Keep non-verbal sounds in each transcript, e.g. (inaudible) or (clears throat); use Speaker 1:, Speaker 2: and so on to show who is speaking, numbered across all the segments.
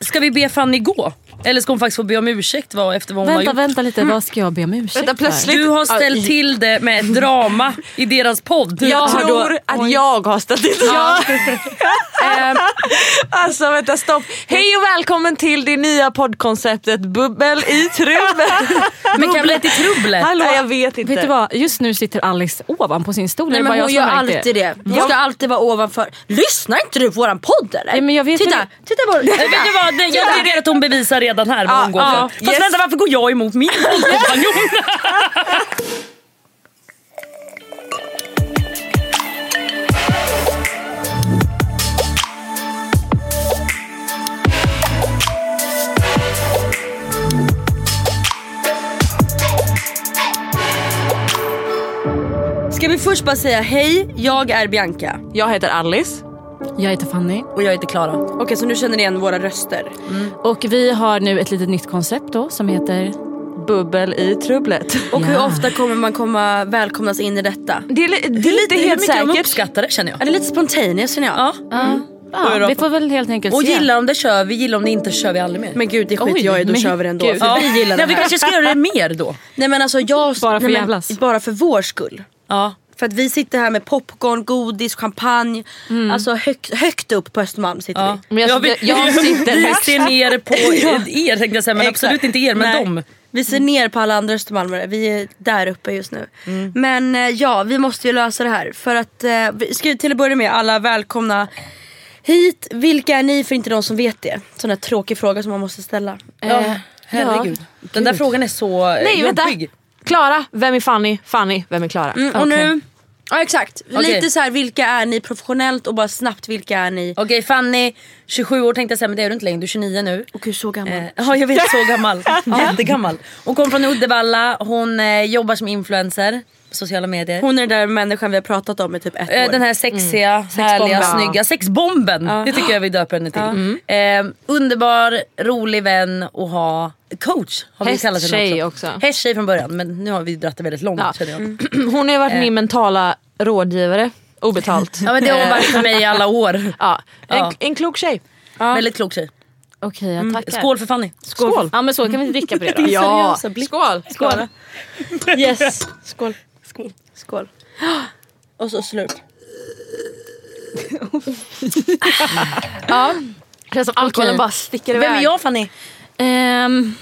Speaker 1: Ska vi be Fanny gå? Eller ska hon faktiskt få be om ursäkt vad, efter vad hon
Speaker 2: Vänta,
Speaker 1: har gjort?
Speaker 2: vänta lite. Vad ska jag be om ursäkt
Speaker 3: Vänta,
Speaker 2: för?
Speaker 3: plötsligt-
Speaker 1: Du har ställt till det med ett drama i deras podd.
Speaker 3: Jag
Speaker 1: Har
Speaker 3: tror
Speaker 1: du-
Speaker 3: att jag har ställt dit ja.
Speaker 2: (laughs) Ehm,
Speaker 3: Alltså vänta stopp. Hej och välkommen till det nya poddkonceptet Bubbel i
Speaker 2: (laughs)
Speaker 3: trubbel.
Speaker 1: Men kan bli till trubblet.
Speaker 3: Hallå jag vet inte.
Speaker 2: Vet du vad? Just nu sitter Alice ovanpå sin stol.
Speaker 4: Nej,
Speaker 2: Det är
Speaker 4: men
Speaker 2: bara jag
Speaker 4: hon
Speaker 2: som
Speaker 4: gör
Speaker 2: har märkt
Speaker 4: alltid det. Hon
Speaker 2: Ja.
Speaker 4: ska alltid vara ovanför. Lyssnar inte du på våran podd eller?
Speaker 2: Nej, men jag vet
Speaker 4: titta,
Speaker 2: väl-
Speaker 4: titta
Speaker 2: (laughs)
Speaker 4: på titta.
Speaker 1: Nej, vet du vad? Nej, jag tycker att hon bevisar redan här vad hon går
Speaker 3: ja.
Speaker 1: för. Fast
Speaker 3: Yes.
Speaker 1: vänta varför går jag emot
Speaker 4: (laughs)
Speaker 1: min kompanjon?
Speaker 4: Ska vi först bara säga hej, jag är Bianca
Speaker 3: Jag heter Alice.
Speaker 2: Jag heter Fanny.
Speaker 4: och jag heter Klara. Okej så nu känner ni igen våra röster.
Speaker 2: Och vi har nu ett litet nytt koncept då som heter...
Speaker 3: Bubbel i trubblet.
Speaker 4: Och hur
Speaker 2: Ja.
Speaker 4: ofta kommer man komma välkomnas in i detta?
Speaker 3: Det är, li- det är inte
Speaker 1: Hur
Speaker 3: helt
Speaker 1: mycket de
Speaker 3: säkert.
Speaker 1: uppskattar det känner jag.
Speaker 4: Är det lite spontaneous känner jag? Ja.
Speaker 2: Ja, vi får väl helt enkelt
Speaker 4: Och
Speaker 2: se.
Speaker 4: gillar om det kör vi, gillar om det inte kör vi aldrig mer. Men gud det skiter
Speaker 2: Oj,
Speaker 4: jag i, då
Speaker 2: men
Speaker 4: kör vi det ändå.
Speaker 2: gud.
Speaker 4: För
Speaker 2: Ja.
Speaker 4: vi gillar
Speaker 1: Nej,
Speaker 4: det
Speaker 1: vi
Speaker 4: här.
Speaker 1: kanske ska göra det mer då.
Speaker 4: Nej men alltså jag...
Speaker 2: Bara för
Speaker 4: nej, men,
Speaker 2: jävlas.
Speaker 4: Bara för vår skull.
Speaker 1: Ja.
Speaker 4: För att vi sitter här med popcorn, godis, champagne. Alltså hög, högt upp på Östermalm sitter
Speaker 1: Mm. Ja.
Speaker 4: vi.
Speaker 2: Men jag-
Speaker 1: vi-
Speaker 2: jag
Speaker 1: (laughs)
Speaker 2: sitter
Speaker 1: vi
Speaker 2: högst.
Speaker 1: ser ner
Speaker 2: (laughs)
Speaker 1: på er tänkte jag säga, men absolut inte er men
Speaker 4: Nej.
Speaker 1: dem. Mm.
Speaker 4: Vi ser ner på alla andra östermalmare, vi är där uppe just nu.
Speaker 1: Mm.
Speaker 4: Men eh, ja, vi måste ju lösa det här. För att, eh, vi ska ju till att börja med, alla välkomna hit. Vilka är ni för inte de som vet det? Sån där tråkig fråga som man måste ställa. Eh,
Speaker 1: Ja, herregud. Den där frågan är så eh,
Speaker 3: Eh, Nej vänta.
Speaker 1: jobbig.
Speaker 3: Klara, vem är Fanny? Fanny, vem är Klara?
Speaker 4: Mm, och nu, ja exakt.
Speaker 1: Okej.
Speaker 4: Lite så här, vilka är ni professionellt och bara snabbt vilka är ni?
Speaker 1: Okej Fanny, 27 år tänkte jag säga men det är du inte längre, du är 29 nu.
Speaker 4: Och gud så gammal.
Speaker 1: Eh, Ja jag vet, så gammal. (laughs) Jättegammal. Hon kom från Uddevalla, hon eh, jobbar som influencer på sociala medier.
Speaker 4: Hon är den där människan vi har pratat om i typ ett
Speaker 1: Eh,
Speaker 4: år.
Speaker 1: Den här sexiga, härliga, snygga sexbomben. Det tycker jag vi döper henne till. Mm. Eh, underbar, rolig vän och ha coach. Har vi kallat henne
Speaker 3: Hästtjej
Speaker 1: också.
Speaker 3: också.
Speaker 1: Hästtjej från början men nu har vi dratt det väldigt långt
Speaker 3: Ja.
Speaker 1: känner jag.
Speaker 2: Mm.
Speaker 3: (clears throat)
Speaker 1: Eh.
Speaker 3: Hon har ju varit min mentala rådgivare. Obetalt.
Speaker 1: Ja men det har hon varit för mig i alla år.
Speaker 3: Ja. En,
Speaker 1: Ja.
Speaker 3: en klok tjej.
Speaker 1: Väldigt klok tjej. Mm.
Speaker 2: Okej, jag tackar.
Speaker 1: Skål för Fanny.
Speaker 3: Skål.
Speaker 2: Ja men så kan vi
Speaker 1: (laughs)
Speaker 2: dricka på det då.
Speaker 3: Ja. Skål. Skål.
Speaker 4: Yes. Skål. Skål. Skål. Och så slurp.
Speaker 2: Känns som alkoholen bara sticker iväg.
Speaker 4: Vem är jag Fanny?
Speaker 2: Ehm,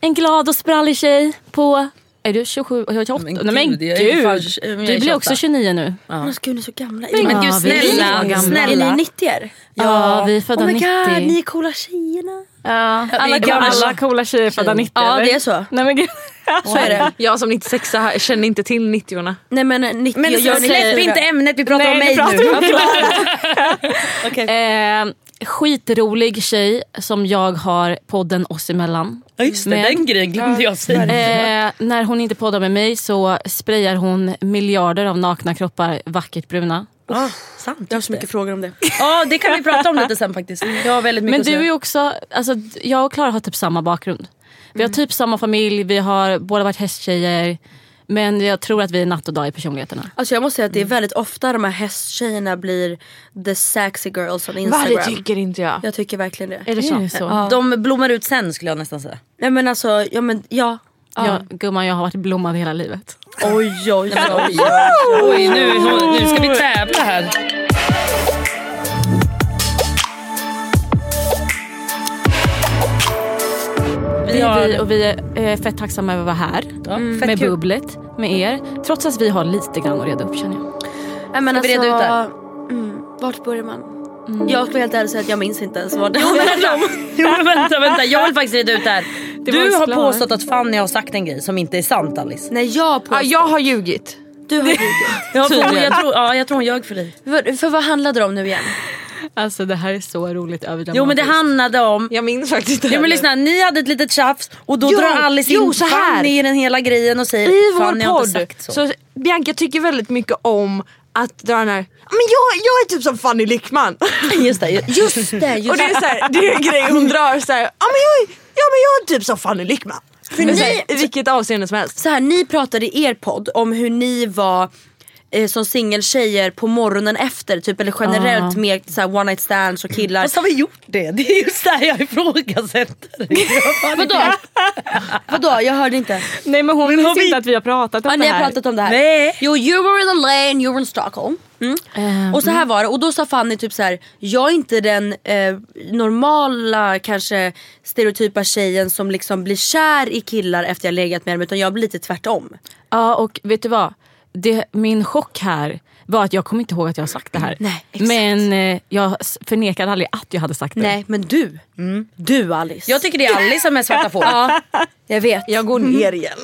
Speaker 2: en glad och sprallig tjej på... Är du 27? Jag är 28?
Speaker 1: Men
Speaker 2: Nej men
Speaker 1: gud, jag är ju fan-
Speaker 2: gud!
Speaker 1: jag är
Speaker 2: Du blir
Speaker 1: 28.
Speaker 2: också 29 nu.
Speaker 4: Ja. Men gud ni är så gamla.
Speaker 1: Men
Speaker 2: Ja,
Speaker 1: gud
Speaker 2: vi är så
Speaker 1: snälla,
Speaker 2: gamla.
Speaker 1: snälla.
Speaker 4: Är ni 90 er?
Speaker 2: Ja, vi är födda
Speaker 4: Oh my
Speaker 2: 90.
Speaker 4: god, ni är coola tjejerna.
Speaker 2: Ja.
Speaker 1: vi är
Speaker 2: Alla,
Speaker 1: gamla.
Speaker 2: alla coola tjejer födda 90
Speaker 4: Ja
Speaker 2: eller?
Speaker 4: det är så.
Speaker 2: Nej men gud.
Speaker 4: Så är det.
Speaker 3: Jag som 96 här känner inte till 90-orna.
Speaker 4: Nej men 90
Speaker 1: Men
Speaker 4: jag, jag,
Speaker 1: släpp inte ämnet, vi pratar
Speaker 2: Nej,
Speaker 1: om
Speaker 2: nu
Speaker 1: mig
Speaker 2: pratar
Speaker 1: nu.
Speaker 2: (laughs) Eh, skitrolig tjej som jag har podden oss emellan.
Speaker 1: Ja just det,
Speaker 2: Men-
Speaker 1: den grejen glömde jag säga.
Speaker 2: Eh, när hon inte poddar med mig så sprayar hon miljarder av nakna kroppar vackert bruna.
Speaker 1: Ah,
Speaker 4: sant, jag har så mycket frågor om det.
Speaker 1: Ja det kan vi prata om lite sen faktiskt. Jag har väldigt mycket
Speaker 2: Men
Speaker 1: att
Speaker 2: du är
Speaker 1: säga.
Speaker 2: ju också, alltså, jag och Klara har typ samma bakgrund. Vi har typ samma familj, vi har båda varit hästtjejer. Men jag tror att vi är natt och dag i personligheterna.
Speaker 4: Alltså jag måste säga att
Speaker 1: Mm.
Speaker 4: det är väldigt ofta de här hästtjejerna blir the sexy girls on
Speaker 3: Va,
Speaker 4: Instagram.
Speaker 3: det tycker inte jag.
Speaker 4: Jag tycker verkligen det.
Speaker 2: Är det så? Ja.
Speaker 1: De blommar ut sen skulle jag nästan säga.
Speaker 4: Nej men alltså, ja men ja.
Speaker 2: Ja, gumman, jag har varit blommad hela livet.
Speaker 4: Oj oj oj.
Speaker 1: Oj nu, nu ska vi tävla här.
Speaker 2: Vi,
Speaker 1: har-
Speaker 2: är vi och vi är eh, fett tacksamma över att vara här.
Speaker 1: mm, fett
Speaker 2: med
Speaker 1: kul. (laughs)
Speaker 2: bubblet, med er. Trots att vi har lite grann att reda upp känner jag.
Speaker 4: Nej, men
Speaker 1: Ska vi reda ut det? Mm.
Speaker 4: Mm, vart börjar man? Jag ska vara helt ärlig säga att jag minns inte ens vad det
Speaker 1: Jo men vänta, jo, men vänta, vänta. jag vill faktiskt reda ut det här.
Speaker 2: var
Speaker 1: Du
Speaker 2: ju
Speaker 1: har
Speaker 2: klar.
Speaker 1: påstått att Fanny har sagt en grej som inte är sant Alice.
Speaker 4: (laughs) Nej jag på
Speaker 3: Ja, jag har ljugit.
Speaker 4: Du har ljugit.
Speaker 1: Jag tror, jag tror, ja, jag tror hon ljög för dig.
Speaker 4: För, för vad handlade det om nu igen?
Speaker 2: Alltså det här är så roligt överdramatiskt.
Speaker 1: Jo men det handlade om
Speaker 3: Jag minns faktiskt inte.
Speaker 1: Ja men lyssna, ni hade ett litet tjafs och då
Speaker 3: Jo,
Speaker 1: drar Alice
Speaker 3: jo,
Speaker 1: in
Speaker 3: så här.
Speaker 1: Fanny i den hela grejen och säger
Speaker 3: i vår
Speaker 1: Fanny har inte
Speaker 3: podd.
Speaker 1: sagt
Speaker 3: Så.
Speaker 1: så.
Speaker 3: Bianca tycker väldigt mycket om att dra den här, men jag, jag är typ som Fanny Lyckman.
Speaker 1: Just det, ju-
Speaker 4: Just det, just
Speaker 3: Och det är, så här, det är en grej hon drar så här, ja men jag, är- ja, men jag är typ som Fanny Lyckman. Men så här, I vilket avseende som helst.
Speaker 4: så här, ni pratade i er podd om hur ni var eh, som singeltjejer på morgonen efter typ eller generellt med så här, one night stands och killar.
Speaker 1: Fast har vi gjort det? Det är just där jag ifrågasätter.
Speaker 4: Vadå? Vadå? Jag hörde (laughs) inte.
Speaker 2: Nej men hon minns
Speaker 1: vi-
Speaker 2: inte att vi har pratat om
Speaker 4: Ja,
Speaker 2: det
Speaker 4: ni
Speaker 2: här.
Speaker 4: har pratat om det här.
Speaker 1: Nej.
Speaker 4: Jo, you were in the lane, you were in Stockholm. Mm.
Speaker 2: Eh,
Speaker 4: Och så här var det och då sa Fanny typ så här: jag är inte den eh, normala kanske stereotypa tjejen som liksom blir kär i killar efter jag legat med dem utan jag blir lite tvärtom.
Speaker 2: Ja och vet du vad? Det, min chock här var att jag kommer inte ihåg att jag har sagt det här.
Speaker 4: Nej, exakt.
Speaker 2: men eh, jag s- förnekade aldrig att jag hade sagt det.
Speaker 4: Nej men du, Mm. du Alice.
Speaker 1: Jag tycker det är Alice som är
Speaker 4: (laughs)
Speaker 1: svarta fåret.
Speaker 4: ja, jag vet.
Speaker 3: Jag går ner igen.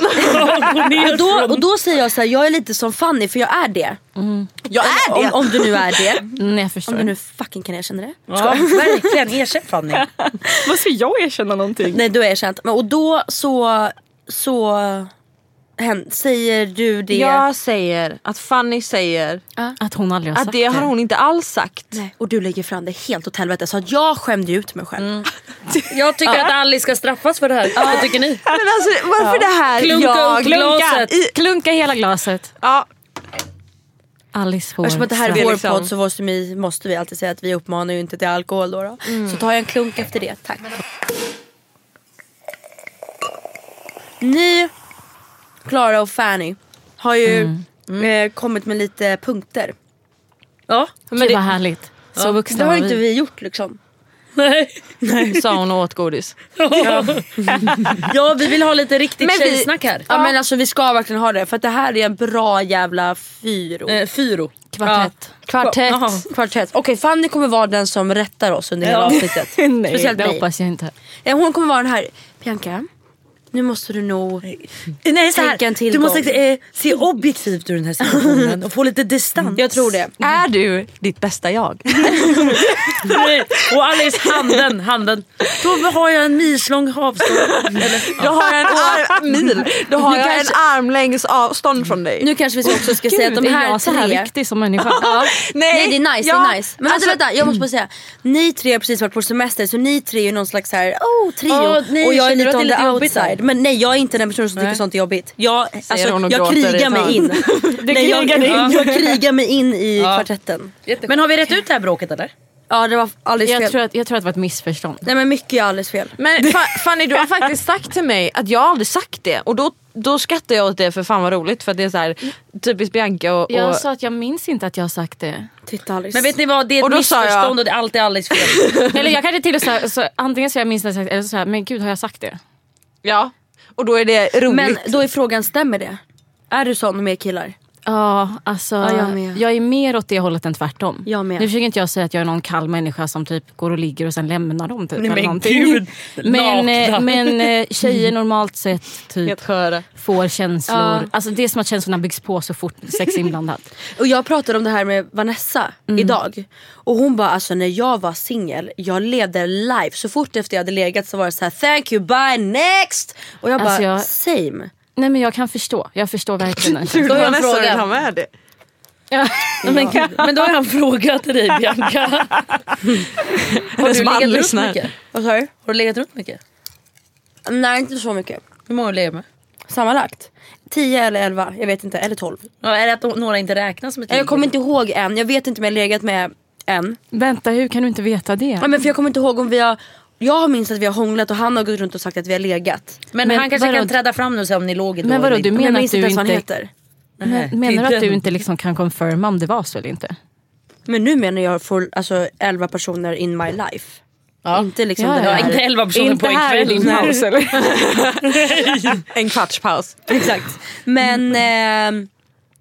Speaker 4: Och då, och då säger jag så här, jag är lite som Fanny för jag är det.
Speaker 3: Jag är det!
Speaker 4: Om, om du nu är det.
Speaker 2: Nej Mm, jag
Speaker 4: Om
Speaker 2: förstår.
Speaker 4: du nu fucking kan erkänna det.
Speaker 1: Ja, verkligen, erkänn Fanny.
Speaker 2: Vad ska jag
Speaker 3: (laughs)
Speaker 2: erkänna någonting?
Speaker 4: Nej du har erkänt. Men, och då så, så hän- säger du det.
Speaker 3: Jag säger att Fanny säger
Speaker 2: Att hon aldrig har
Speaker 3: att
Speaker 2: sagt
Speaker 3: det har hon inte alls sagt.
Speaker 4: Nej, Och du lägger fram det helt åt helvete så att jag skämde ut mig själv.
Speaker 1: Jag tycker att Alice ska straffas för det här. Vad tycker ni?
Speaker 3: Men alltså varför det här
Speaker 1: Klunka upp glaset.
Speaker 3: I,
Speaker 2: Klunka hela glaset.
Speaker 3: ja,
Speaker 2: Alice får
Speaker 4: Eftersom att det här
Speaker 2: straff.
Speaker 4: är vår
Speaker 3: liksom-
Speaker 4: podd så måste vi, måste vi alltid säga att vi uppmanar ju inte till alkohol då. då. Så tar jag en klunk efter det, tack. Ni, Clara och Fanny har ju eh, kommit med lite punkter.
Speaker 1: Ja.
Speaker 2: Gud vad härligt. Så
Speaker 4: Det
Speaker 2: vuxna
Speaker 4: har
Speaker 2: var
Speaker 4: ju inte
Speaker 2: vi.
Speaker 4: vi gjort liksom.
Speaker 1: Nej.
Speaker 3: sa hon och åt godis.
Speaker 1: ja vi vill ha lite riktigt
Speaker 3: Men vi-
Speaker 1: tjejsnack här.
Speaker 4: Ja, men alltså vi ska verkligen ha det för att det här är en bra jävla fyro.
Speaker 1: Eh, Fyro.
Speaker 2: Kvartett.
Speaker 4: Kvartett.
Speaker 1: Jaha.
Speaker 4: Kvartett. Okej Fanny kommer vara den som rättar oss under hela
Speaker 1: Ja.
Speaker 4: (laughs) avsnittet.
Speaker 2: Nej,
Speaker 4: Speciellt
Speaker 2: det
Speaker 4: mig.
Speaker 2: hoppas jag inte.
Speaker 4: Eh, Hon kommer vara den här, Bianca nu måste du nog
Speaker 1: Ja. Nej, så
Speaker 4: Tänk en
Speaker 1: här.
Speaker 4: till
Speaker 1: Du
Speaker 4: gång.
Speaker 1: måste eh, se objektivt ur den här situationen och få lite distans.
Speaker 4: Jag tror det.
Speaker 3: Är du ditt bästa jag?
Speaker 1: Nej. Och Alice, handen, handen. Då har jag en milslång havstång.
Speaker 3: Då har jag en, (laughs) arm, Ah, mil. Då har
Speaker 4: Nu
Speaker 3: jag
Speaker 4: kanske-
Speaker 3: en armlängds avstånd från dig.
Speaker 4: Nu kanske vi också ska säga att
Speaker 2: Gud,
Speaker 4: de
Speaker 2: är
Speaker 4: här
Speaker 2: jag så här
Speaker 4: tre...
Speaker 2: viktig som människa?
Speaker 4: Nej det är nice,
Speaker 3: ja,
Speaker 4: det är nice. Men
Speaker 3: alltså,
Speaker 4: vänta, vänta jag måste bara säga. Ni tre har precis varit på semester så ni tre är ju någon slags så här, oh trio.
Speaker 1: Ja, ni
Speaker 4: och jag är
Speaker 1: känner att det
Speaker 4: lite
Speaker 1: är
Speaker 4: on
Speaker 1: lite
Speaker 4: the
Speaker 1: jobbigt då?
Speaker 4: outside. Men nej jag är inte den personen som tycker sånt är jobbigt. Jag, alltså,
Speaker 3: hon och
Speaker 4: jag
Speaker 3: gråter i
Speaker 4: krigar
Speaker 3: ett hörn.
Speaker 1: (laughs)
Speaker 4: mig in. nej, jag,
Speaker 1: krigar dig in.
Speaker 4: jag krigar mig in i kvartetten.
Speaker 1: Men har vi rätt ut det här bråket eller?
Speaker 4: Ja det var alldeles fel.
Speaker 2: Jag tror, att, jag tror att det var ett missförstånd.
Speaker 4: Nej men mycket är alldeles fel.
Speaker 3: Men Fa- Fanny du har faktiskt sagt till mig att jag aldrig sagt det och då, då skrattar jag åt det för fan vad roligt för att det är så här typiskt Bianca och, och
Speaker 2: Jag sa att jag minns inte att jag har sagt det.
Speaker 4: Titta Alice.
Speaker 1: Men vet ni vad, det är
Speaker 3: Och
Speaker 1: ett
Speaker 3: då sa jag-
Speaker 1: missförstånd och det är alltid Alice fel.
Speaker 2: Eller jag kanske till och med så, antingen så har jag minns det sagt eller så här, men gud har jag sagt det?
Speaker 3: ja och då är det roligt.
Speaker 4: men då är frågan, stämmer det? Är du sån med killar?
Speaker 2: Ja, alltså
Speaker 4: Ja, jag
Speaker 2: jag,
Speaker 4: med.
Speaker 2: är mer åt det hållet än tvärtom.
Speaker 4: Jag med.
Speaker 2: Nu försöker inte jag säga att jag är någon kall människa som typ går och ligger och sen lämnar dem. Typ,
Speaker 1: Nej,
Speaker 2: eller
Speaker 1: men
Speaker 2: någonting.
Speaker 1: gud,
Speaker 2: men,
Speaker 1: nakna.
Speaker 2: eh, men eh, tjejer normalt sett typ
Speaker 3: Helt sköra.
Speaker 2: får känslor. Alltså det är som att känslorna byggs på så fort sex är inblandat.
Speaker 4: Och jag pratade om det här med Vanessa
Speaker 2: Mm.
Speaker 4: idag. Och hon bara alltså när jag var singel, jag levde life. Så fort efter jag hade legat så var det så här thank you, bye, next. Och jag bara
Speaker 2: Alltså, jag-
Speaker 4: same.
Speaker 2: Nej men jag kan förstå. Jag förstår verkligen. den
Speaker 1: Då
Speaker 2: känslan.
Speaker 1: har jag en
Speaker 3: nästan vill ha
Speaker 1: fråga.
Speaker 3: med det.
Speaker 2: Ja.
Speaker 1: Men, gud, men då har jag en fråga till dig Bianca. Har
Speaker 3: Hennes
Speaker 1: du
Speaker 3: man
Speaker 1: legat runt
Speaker 3: lyssnar.
Speaker 1: mycket?
Speaker 4: Vad sa du?
Speaker 1: Har du legat runt mycket?
Speaker 4: Nej inte så mycket.
Speaker 1: Hur många har du legat med?
Speaker 4: sammanlagt. 10 eller 11, jag vet inte, eller 12.
Speaker 1: Ja, är det att de- några inte räknas som ett ligg?
Speaker 4: Jag kommer inte ihåg än, jag vet inte om jag har legat med en.
Speaker 2: Vänta, hur kan du inte veta det?
Speaker 4: Ja, men för jag kommer inte ihåg om vi har, jag minns att vi har hånglat och han har gått runt och sagt att vi har legat.
Speaker 1: Men,
Speaker 2: Men
Speaker 1: han kanske
Speaker 2: vadå?
Speaker 1: kan träda fram nu och säga om ni låg då
Speaker 2: Men vadå,
Speaker 1: eller
Speaker 2: du
Speaker 1: inte.
Speaker 4: Men
Speaker 2: menar
Speaker 4: jag
Speaker 2: att
Speaker 4: minns
Speaker 2: du
Speaker 4: inte ens vad han
Speaker 2: inte...
Speaker 4: heter.
Speaker 1: Nej, det är
Speaker 2: Menar du att
Speaker 1: den.
Speaker 2: du inte liksom kan confirma om det var så eller inte?
Speaker 4: Men nu menar jag full, alltså 11 personer in my life. Inte liksom
Speaker 2: Ja,
Speaker 4: den
Speaker 2: ja,
Speaker 1: Ja,
Speaker 4: här.
Speaker 1: inte elva personer på en kväll.
Speaker 4: (laughs)
Speaker 3: en kvarts paus.
Speaker 4: Exakt. Men, ehm,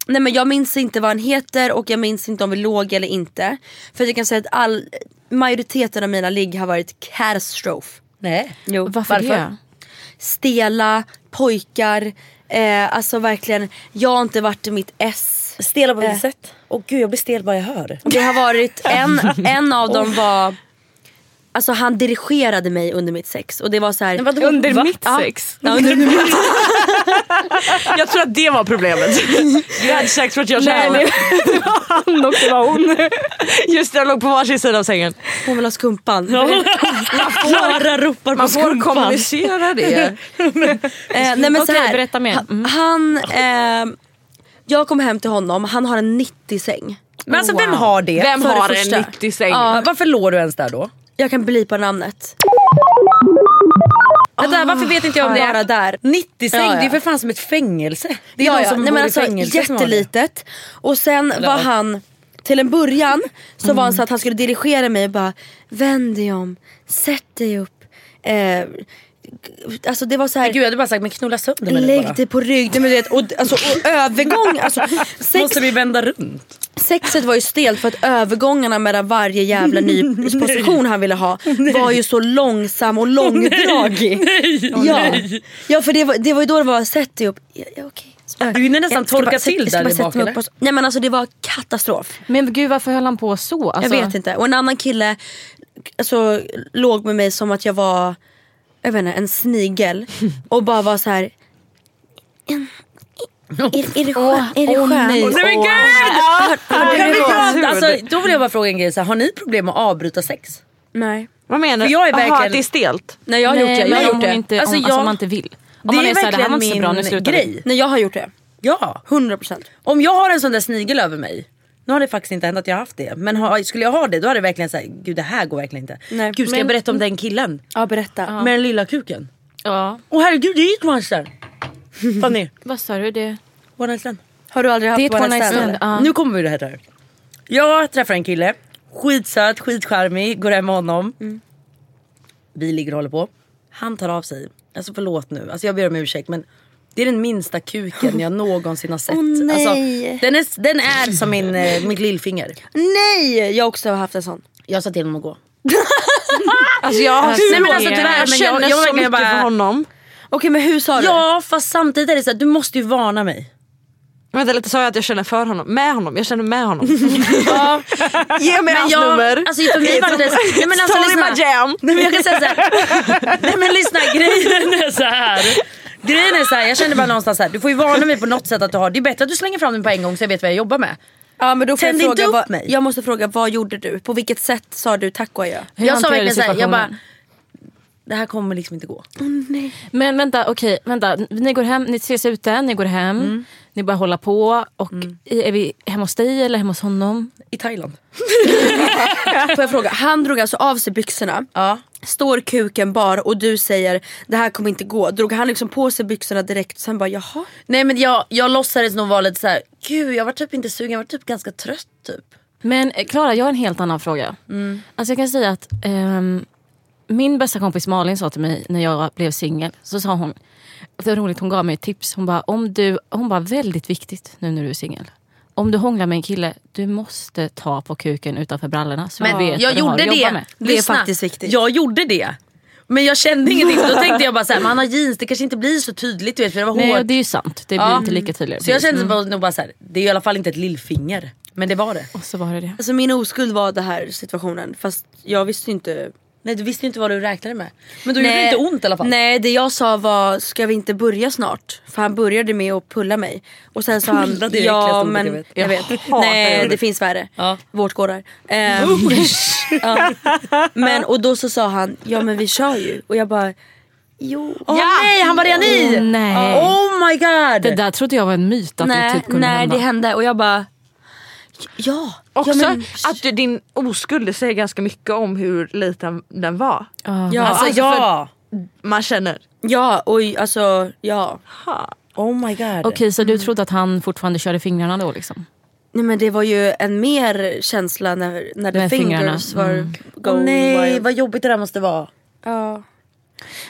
Speaker 4: nej men jag minns inte vad han heter och jag minns inte om vi låg eller inte. För jag kan säga att all, majoriteten av mina ligg har varit katastrof.
Speaker 1: Nej.
Speaker 4: Jo.
Speaker 2: Varför, det?
Speaker 4: Stela, pojkar, eh, alltså verkligen, jag har inte varit i mitt S.
Speaker 1: Stela på vilket
Speaker 4: Eh.
Speaker 1: sätt? Åh gud jag blir stel bara jag hör.
Speaker 4: Det har (laughs) varit, en, en av dem var, alltså han dirigerade mig under mitt sex och det var så här,
Speaker 2: Under
Speaker 1: Va?
Speaker 2: mitt
Speaker 4: Ja.
Speaker 2: sex?
Speaker 4: Ja, under
Speaker 3: (laughs)
Speaker 4: mitt
Speaker 3: Jag tror att det var
Speaker 2: (laughs)
Speaker 3: problemet. You had sex with your child.
Speaker 2: Han och det var hon.
Speaker 3: Just det, jag låg på varsin sida av sängen.
Speaker 4: Hon vill ha (laughs) skumpan.
Speaker 1: Klara ropar på
Speaker 3: Man får
Speaker 1: skumpan.
Speaker 3: kommunicera det.
Speaker 4: Eh, nej men
Speaker 2: Okej,
Speaker 4: så här.
Speaker 2: berätta mer.
Speaker 4: Ha-
Speaker 2: Mm.
Speaker 4: Han, eh, jag kom hem till honom, han har en 90-säng.
Speaker 1: (laughs) Men alltså vem har det?
Speaker 3: Vem
Speaker 4: För det
Speaker 3: har
Speaker 4: första.
Speaker 3: en 90 säng?
Speaker 1: Ja, Varför låg du ens där då?
Speaker 4: Jag kan blipa namnet.
Speaker 1: Vänta, varför vet inte jag om det
Speaker 4: Bara
Speaker 1: är
Speaker 4: där.
Speaker 1: 90 säng?
Speaker 4: Ja, ja.
Speaker 1: Det är för fan som ett fängelse. Det är
Speaker 4: Ja,
Speaker 1: de
Speaker 4: ja.
Speaker 1: som
Speaker 4: Nej,
Speaker 1: bor
Speaker 4: men
Speaker 1: i
Speaker 4: alltså,
Speaker 1: fängelse som har det.
Speaker 4: jättelitet. Och sen var
Speaker 1: ja.
Speaker 4: han, till en början så var han
Speaker 1: Mm.
Speaker 4: så att han skulle dirigera mig och bara vänd dig om, sätt dig upp. Eh, alltså det var så här.
Speaker 1: Men Gud jag hade bara sagt men knulla sönder mig nu bara.
Speaker 4: Lägg dig på rygg, Nej, men du vet, och, alltså, och övergång, alltså, sex
Speaker 1: (laughs) Måste vi vända runt?
Speaker 4: Sexet var ju stelt för att övergångarna mellan varje
Speaker 1: (laughs)
Speaker 4: jävla ny position han ville ha var ju så långsam
Speaker 1: (laughs)
Speaker 4: och långdragig. ja. ja för det var, det var ju då det var sätt dig upp. Ja, ja, okej.
Speaker 1: Du hinner nästan
Speaker 4: Jag ska
Speaker 1: torka
Speaker 4: bara sätta-
Speaker 1: till
Speaker 4: jag ska
Speaker 1: där
Speaker 4: bara
Speaker 1: i
Speaker 4: sätta
Speaker 1: bak,
Speaker 4: mig
Speaker 1: eller?
Speaker 4: upp och så- Nej men alltså det var katastrof.
Speaker 2: Men gud varför höll han på så? Alltså,
Speaker 4: Jag vet inte. Och en annan kille alltså, låg med mig som att jag var jag vet inte,
Speaker 1: (laughs)
Speaker 4: en snigel och bara var så här. Är, är det skönt? Är det skönt?
Speaker 1: Nej men gud! Jag
Speaker 4: Hörde du
Speaker 1: blir
Speaker 4: det?
Speaker 1: glad. Alltså, då vill jag bara fråga en grej, så här, har ni problem med att avbryta sex?
Speaker 4: Nej.
Speaker 3: Vad menar du?
Speaker 1: För jag är
Speaker 3: Jaha,
Speaker 1: verkligen-
Speaker 3: att det är stelt.
Speaker 4: Nej jag har gjort det.
Speaker 2: Nej,
Speaker 4: Jag har
Speaker 2: men
Speaker 4: gjort
Speaker 2: om,
Speaker 4: det.
Speaker 2: hon inte,
Speaker 1: Alltså,
Speaker 2: om,
Speaker 1: jag-
Speaker 2: alltså, om man inte vill. Om man är såhär, det här var inte så bra, nu slutar vi.
Speaker 1: grej.
Speaker 4: Nej jag har gjort det.
Speaker 1: Ja.
Speaker 4: 100%.
Speaker 1: Om jag har en sån där snigel över mig, nu har det faktiskt inte hänt att jag har haft det. Men har, skulle jag ha det då hade det verkligen såhär, gud det här går verkligen inte.
Speaker 4: Nej,
Speaker 1: gud ska
Speaker 4: men-
Speaker 1: jag berätta om den killen?
Speaker 4: Ja berätta.
Speaker 1: Med den lilla kuken?
Speaker 2: Ja,
Speaker 1: Åh herregud det är ju ett one night stand. Fanny,
Speaker 2: vad sa du? Det,
Speaker 1: one night stand.
Speaker 4: Har du aldrig haft
Speaker 2: det är ett one night stand.
Speaker 4: eller?
Speaker 2: Ja.
Speaker 1: Nu kommer vi det här där. Jag träffar en kille, skitsöt, skitcharmig, går hem med honom. Vi ligger och håller på. Han tar av sig, alltså förlåt nu, alltså jag ber om ursäkt men det är den minsta kuken jag någonsin har sett.
Speaker 4: Åh, nej.
Speaker 1: Alltså, den, är, den är som min, eh, mitt lillfinger.
Speaker 4: Nej! Jag har också haft en sån.
Speaker 1: Jag sa till honom att gå.
Speaker 3: Alltså jag har
Speaker 1: Nej, men
Speaker 3: så
Speaker 1: alltså,
Speaker 3: många-
Speaker 1: tyvärr, men jag-
Speaker 3: jag känner
Speaker 1: jag
Speaker 3: så
Speaker 1: verkligen
Speaker 3: mycket
Speaker 1: bara-
Speaker 3: för honom.
Speaker 4: Okej men hur sa du?
Speaker 1: Ja fast samtidigt är det så här, du måste ju varna mig.
Speaker 3: Vänta lite, sa jag att jag känner för honom? Med honom? Jag känner med
Speaker 2: (laughs)
Speaker 3: honom. (laughs) Ge mig hans
Speaker 1: jag,
Speaker 3: nummer.
Speaker 1: Alltså för mig var det... Nej, men alltså,
Speaker 3: Story
Speaker 1: lyssna.
Speaker 3: my jam.
Speaker 1: Nej men jag kan säga såhär. Nej men lyssna grejen är så här. Grejen är så här, jag kände bara någonstans så här. du får ju varna mig på något sätt att du har. Det är bättre att du slänger fram den på en gång så jag vet vad jag jobbar med.
Speaker 4: Ja, men då får jag,
Speaker 1: Tänd inte
Speaker 4: fråga,
Speaker 1: upp
Speaker 4: vad,
Speaker 1: mig.
Speaker 4: jag måste fråga vad gjorde du? På vilket sätt sa du tack och adjö?
Speaker 2: Hur
Speaker 1: jag sa
Speaker 2: hanterar du
Speaker 1: verkligen såhär, jag bara.
Speaker 2: situationen?
Speaker 1: Det här kommer liksom inte gå.
Speaker 2: Men vänta, okej, vänta. Ni går hem, ni ses ute, ni går hem,
Speaker 4: Mm.
Speaker 2: ni börjar hålla på. Och
Speaker 3: Mm.
Speaker 2: Är vi hemma hos dig eller hemma hos honom?
Speaker 1: I Thailand. Äh,
Speaker 4: Får jag fråga, han drog alltså av sig byxorna,
Speaker 1: Ja.
Speaker 4: står kuken bar och du säger det här kommer inte gå. Drog han liksom på sig byxorna direkt och sen bara jaha?
Speaker 1: Nej men jag, jag låtsades nog vara lite såhär, gud jag var typ inte sugen, jag var typ ganska trött typ.
Speaker 2: Men eh, Klara, jag har en helt annan fråga.
Speaker 1: Mm.
Speaker 2: Alltså jag kan säga att ehm, min bästa kompis Malin sa till mig när jag blev singel, så sa hon, det var roligt, hon gav mig ett tips. Hon bara, om du, hon bara väldigt viktigt nu när du är singel. Om du hånglar med en kille, du måste ta på kuken utanför brallorna så
Speaker 1: Men
Speaker 2: du vet
Speaker 1: jag
Speaker 2: vad du har
Speaker 1: gjorde
Speaker 2: att jobba
Speaker 1: det.
Speaker 2: med.
Speaker 4: Det är faktiskt viktigt.
Speaker 1: Jag gjorde det. Men jag kände ingenting. Då tänkte jag bara såhär, men han har jeans, det kanske inte blir så tydligt. Du vet, för det var
Speaker 2: Nej,
Speaker 1: hårt.
Speaker 2: det är ju sant. Det blir
Speaker 1: Ja.
Speaker 2: inte lika tydligt. Mm.
Speaker 1: Så jag kände bara, nog bara såhär, det är i alla fall inte ett lillfinger. Men det var det.
Speaker 2: Och så var det det.
Speaker 4: Alltså min oskuld var den här situationen fast jag visste ju inte.
Speaker 1: Nej du visste ju inte vad du räknade med. Men då gjorde det inte ont i alla fall.
Speaker 4: Nej det jag sa var ska vi inte börja snart? För han började med att pulla mig. Och sen sa han
Speaker 1: Pulla, det är det äckligaste
Speaker 4: ja
Speaker 1: ordet
Speaker 4: men
Speaker 1: jag
Speaker 4: jag
Speaker 1: vet.
Speaker 4: vet. Nej det finns värre.
Speaker 1: Ja.
Speaker 4: Vårtgårdar. Ehm, (laughs)
Speaker 1: typ
Speaker 4: ja. Men och då så sa han ja men vi kör ju. Och jag bara Jo.
Speaker 1: Åh
Speaker 3: Ja.
Speaker 1: nej, han var redan i!
Speaker 2: Åh, nej.
Speaker 1: Oh my god!
Speaker 2: Det där trodde jag var en myt att det
Speaker 4: nej,
Speaker 2: typ kunde
Speaker 4: nej
Speaker 2: hända.
Speaker 4: det hände och jag bara... Ja.
Speaker 3: Också
Speaker 4: ja, men,
Speaker 3: att du, din oskuld säger ganska mycket om hur liten den var.
Speaker 1: ja, alltså,
Speaker 3: alltså,
Speaker 1: ja.
Speaker 3: Man känner,
Speaker 4: ja, oj, alltså ja.
Speaker 3: ha,
Speaker 1: Oh my god.
Speaker 2: Okej, så
Speaker 1: Mm.
Speaker 2: du trodde att han fortfarande körde fingrarna då liksom?
Speaker 4: Nej men det var ju en mer känsla när, när the
Speaker 2: Med fingrarna,
Speaker 4: fingers var
Speaker 2: mm.
Speaker 4: going
Speaker 1: nej,
Speaker 4: wild.
Speaker 1: vad jobbigt det där måste vara.
Speaker 4: Ja.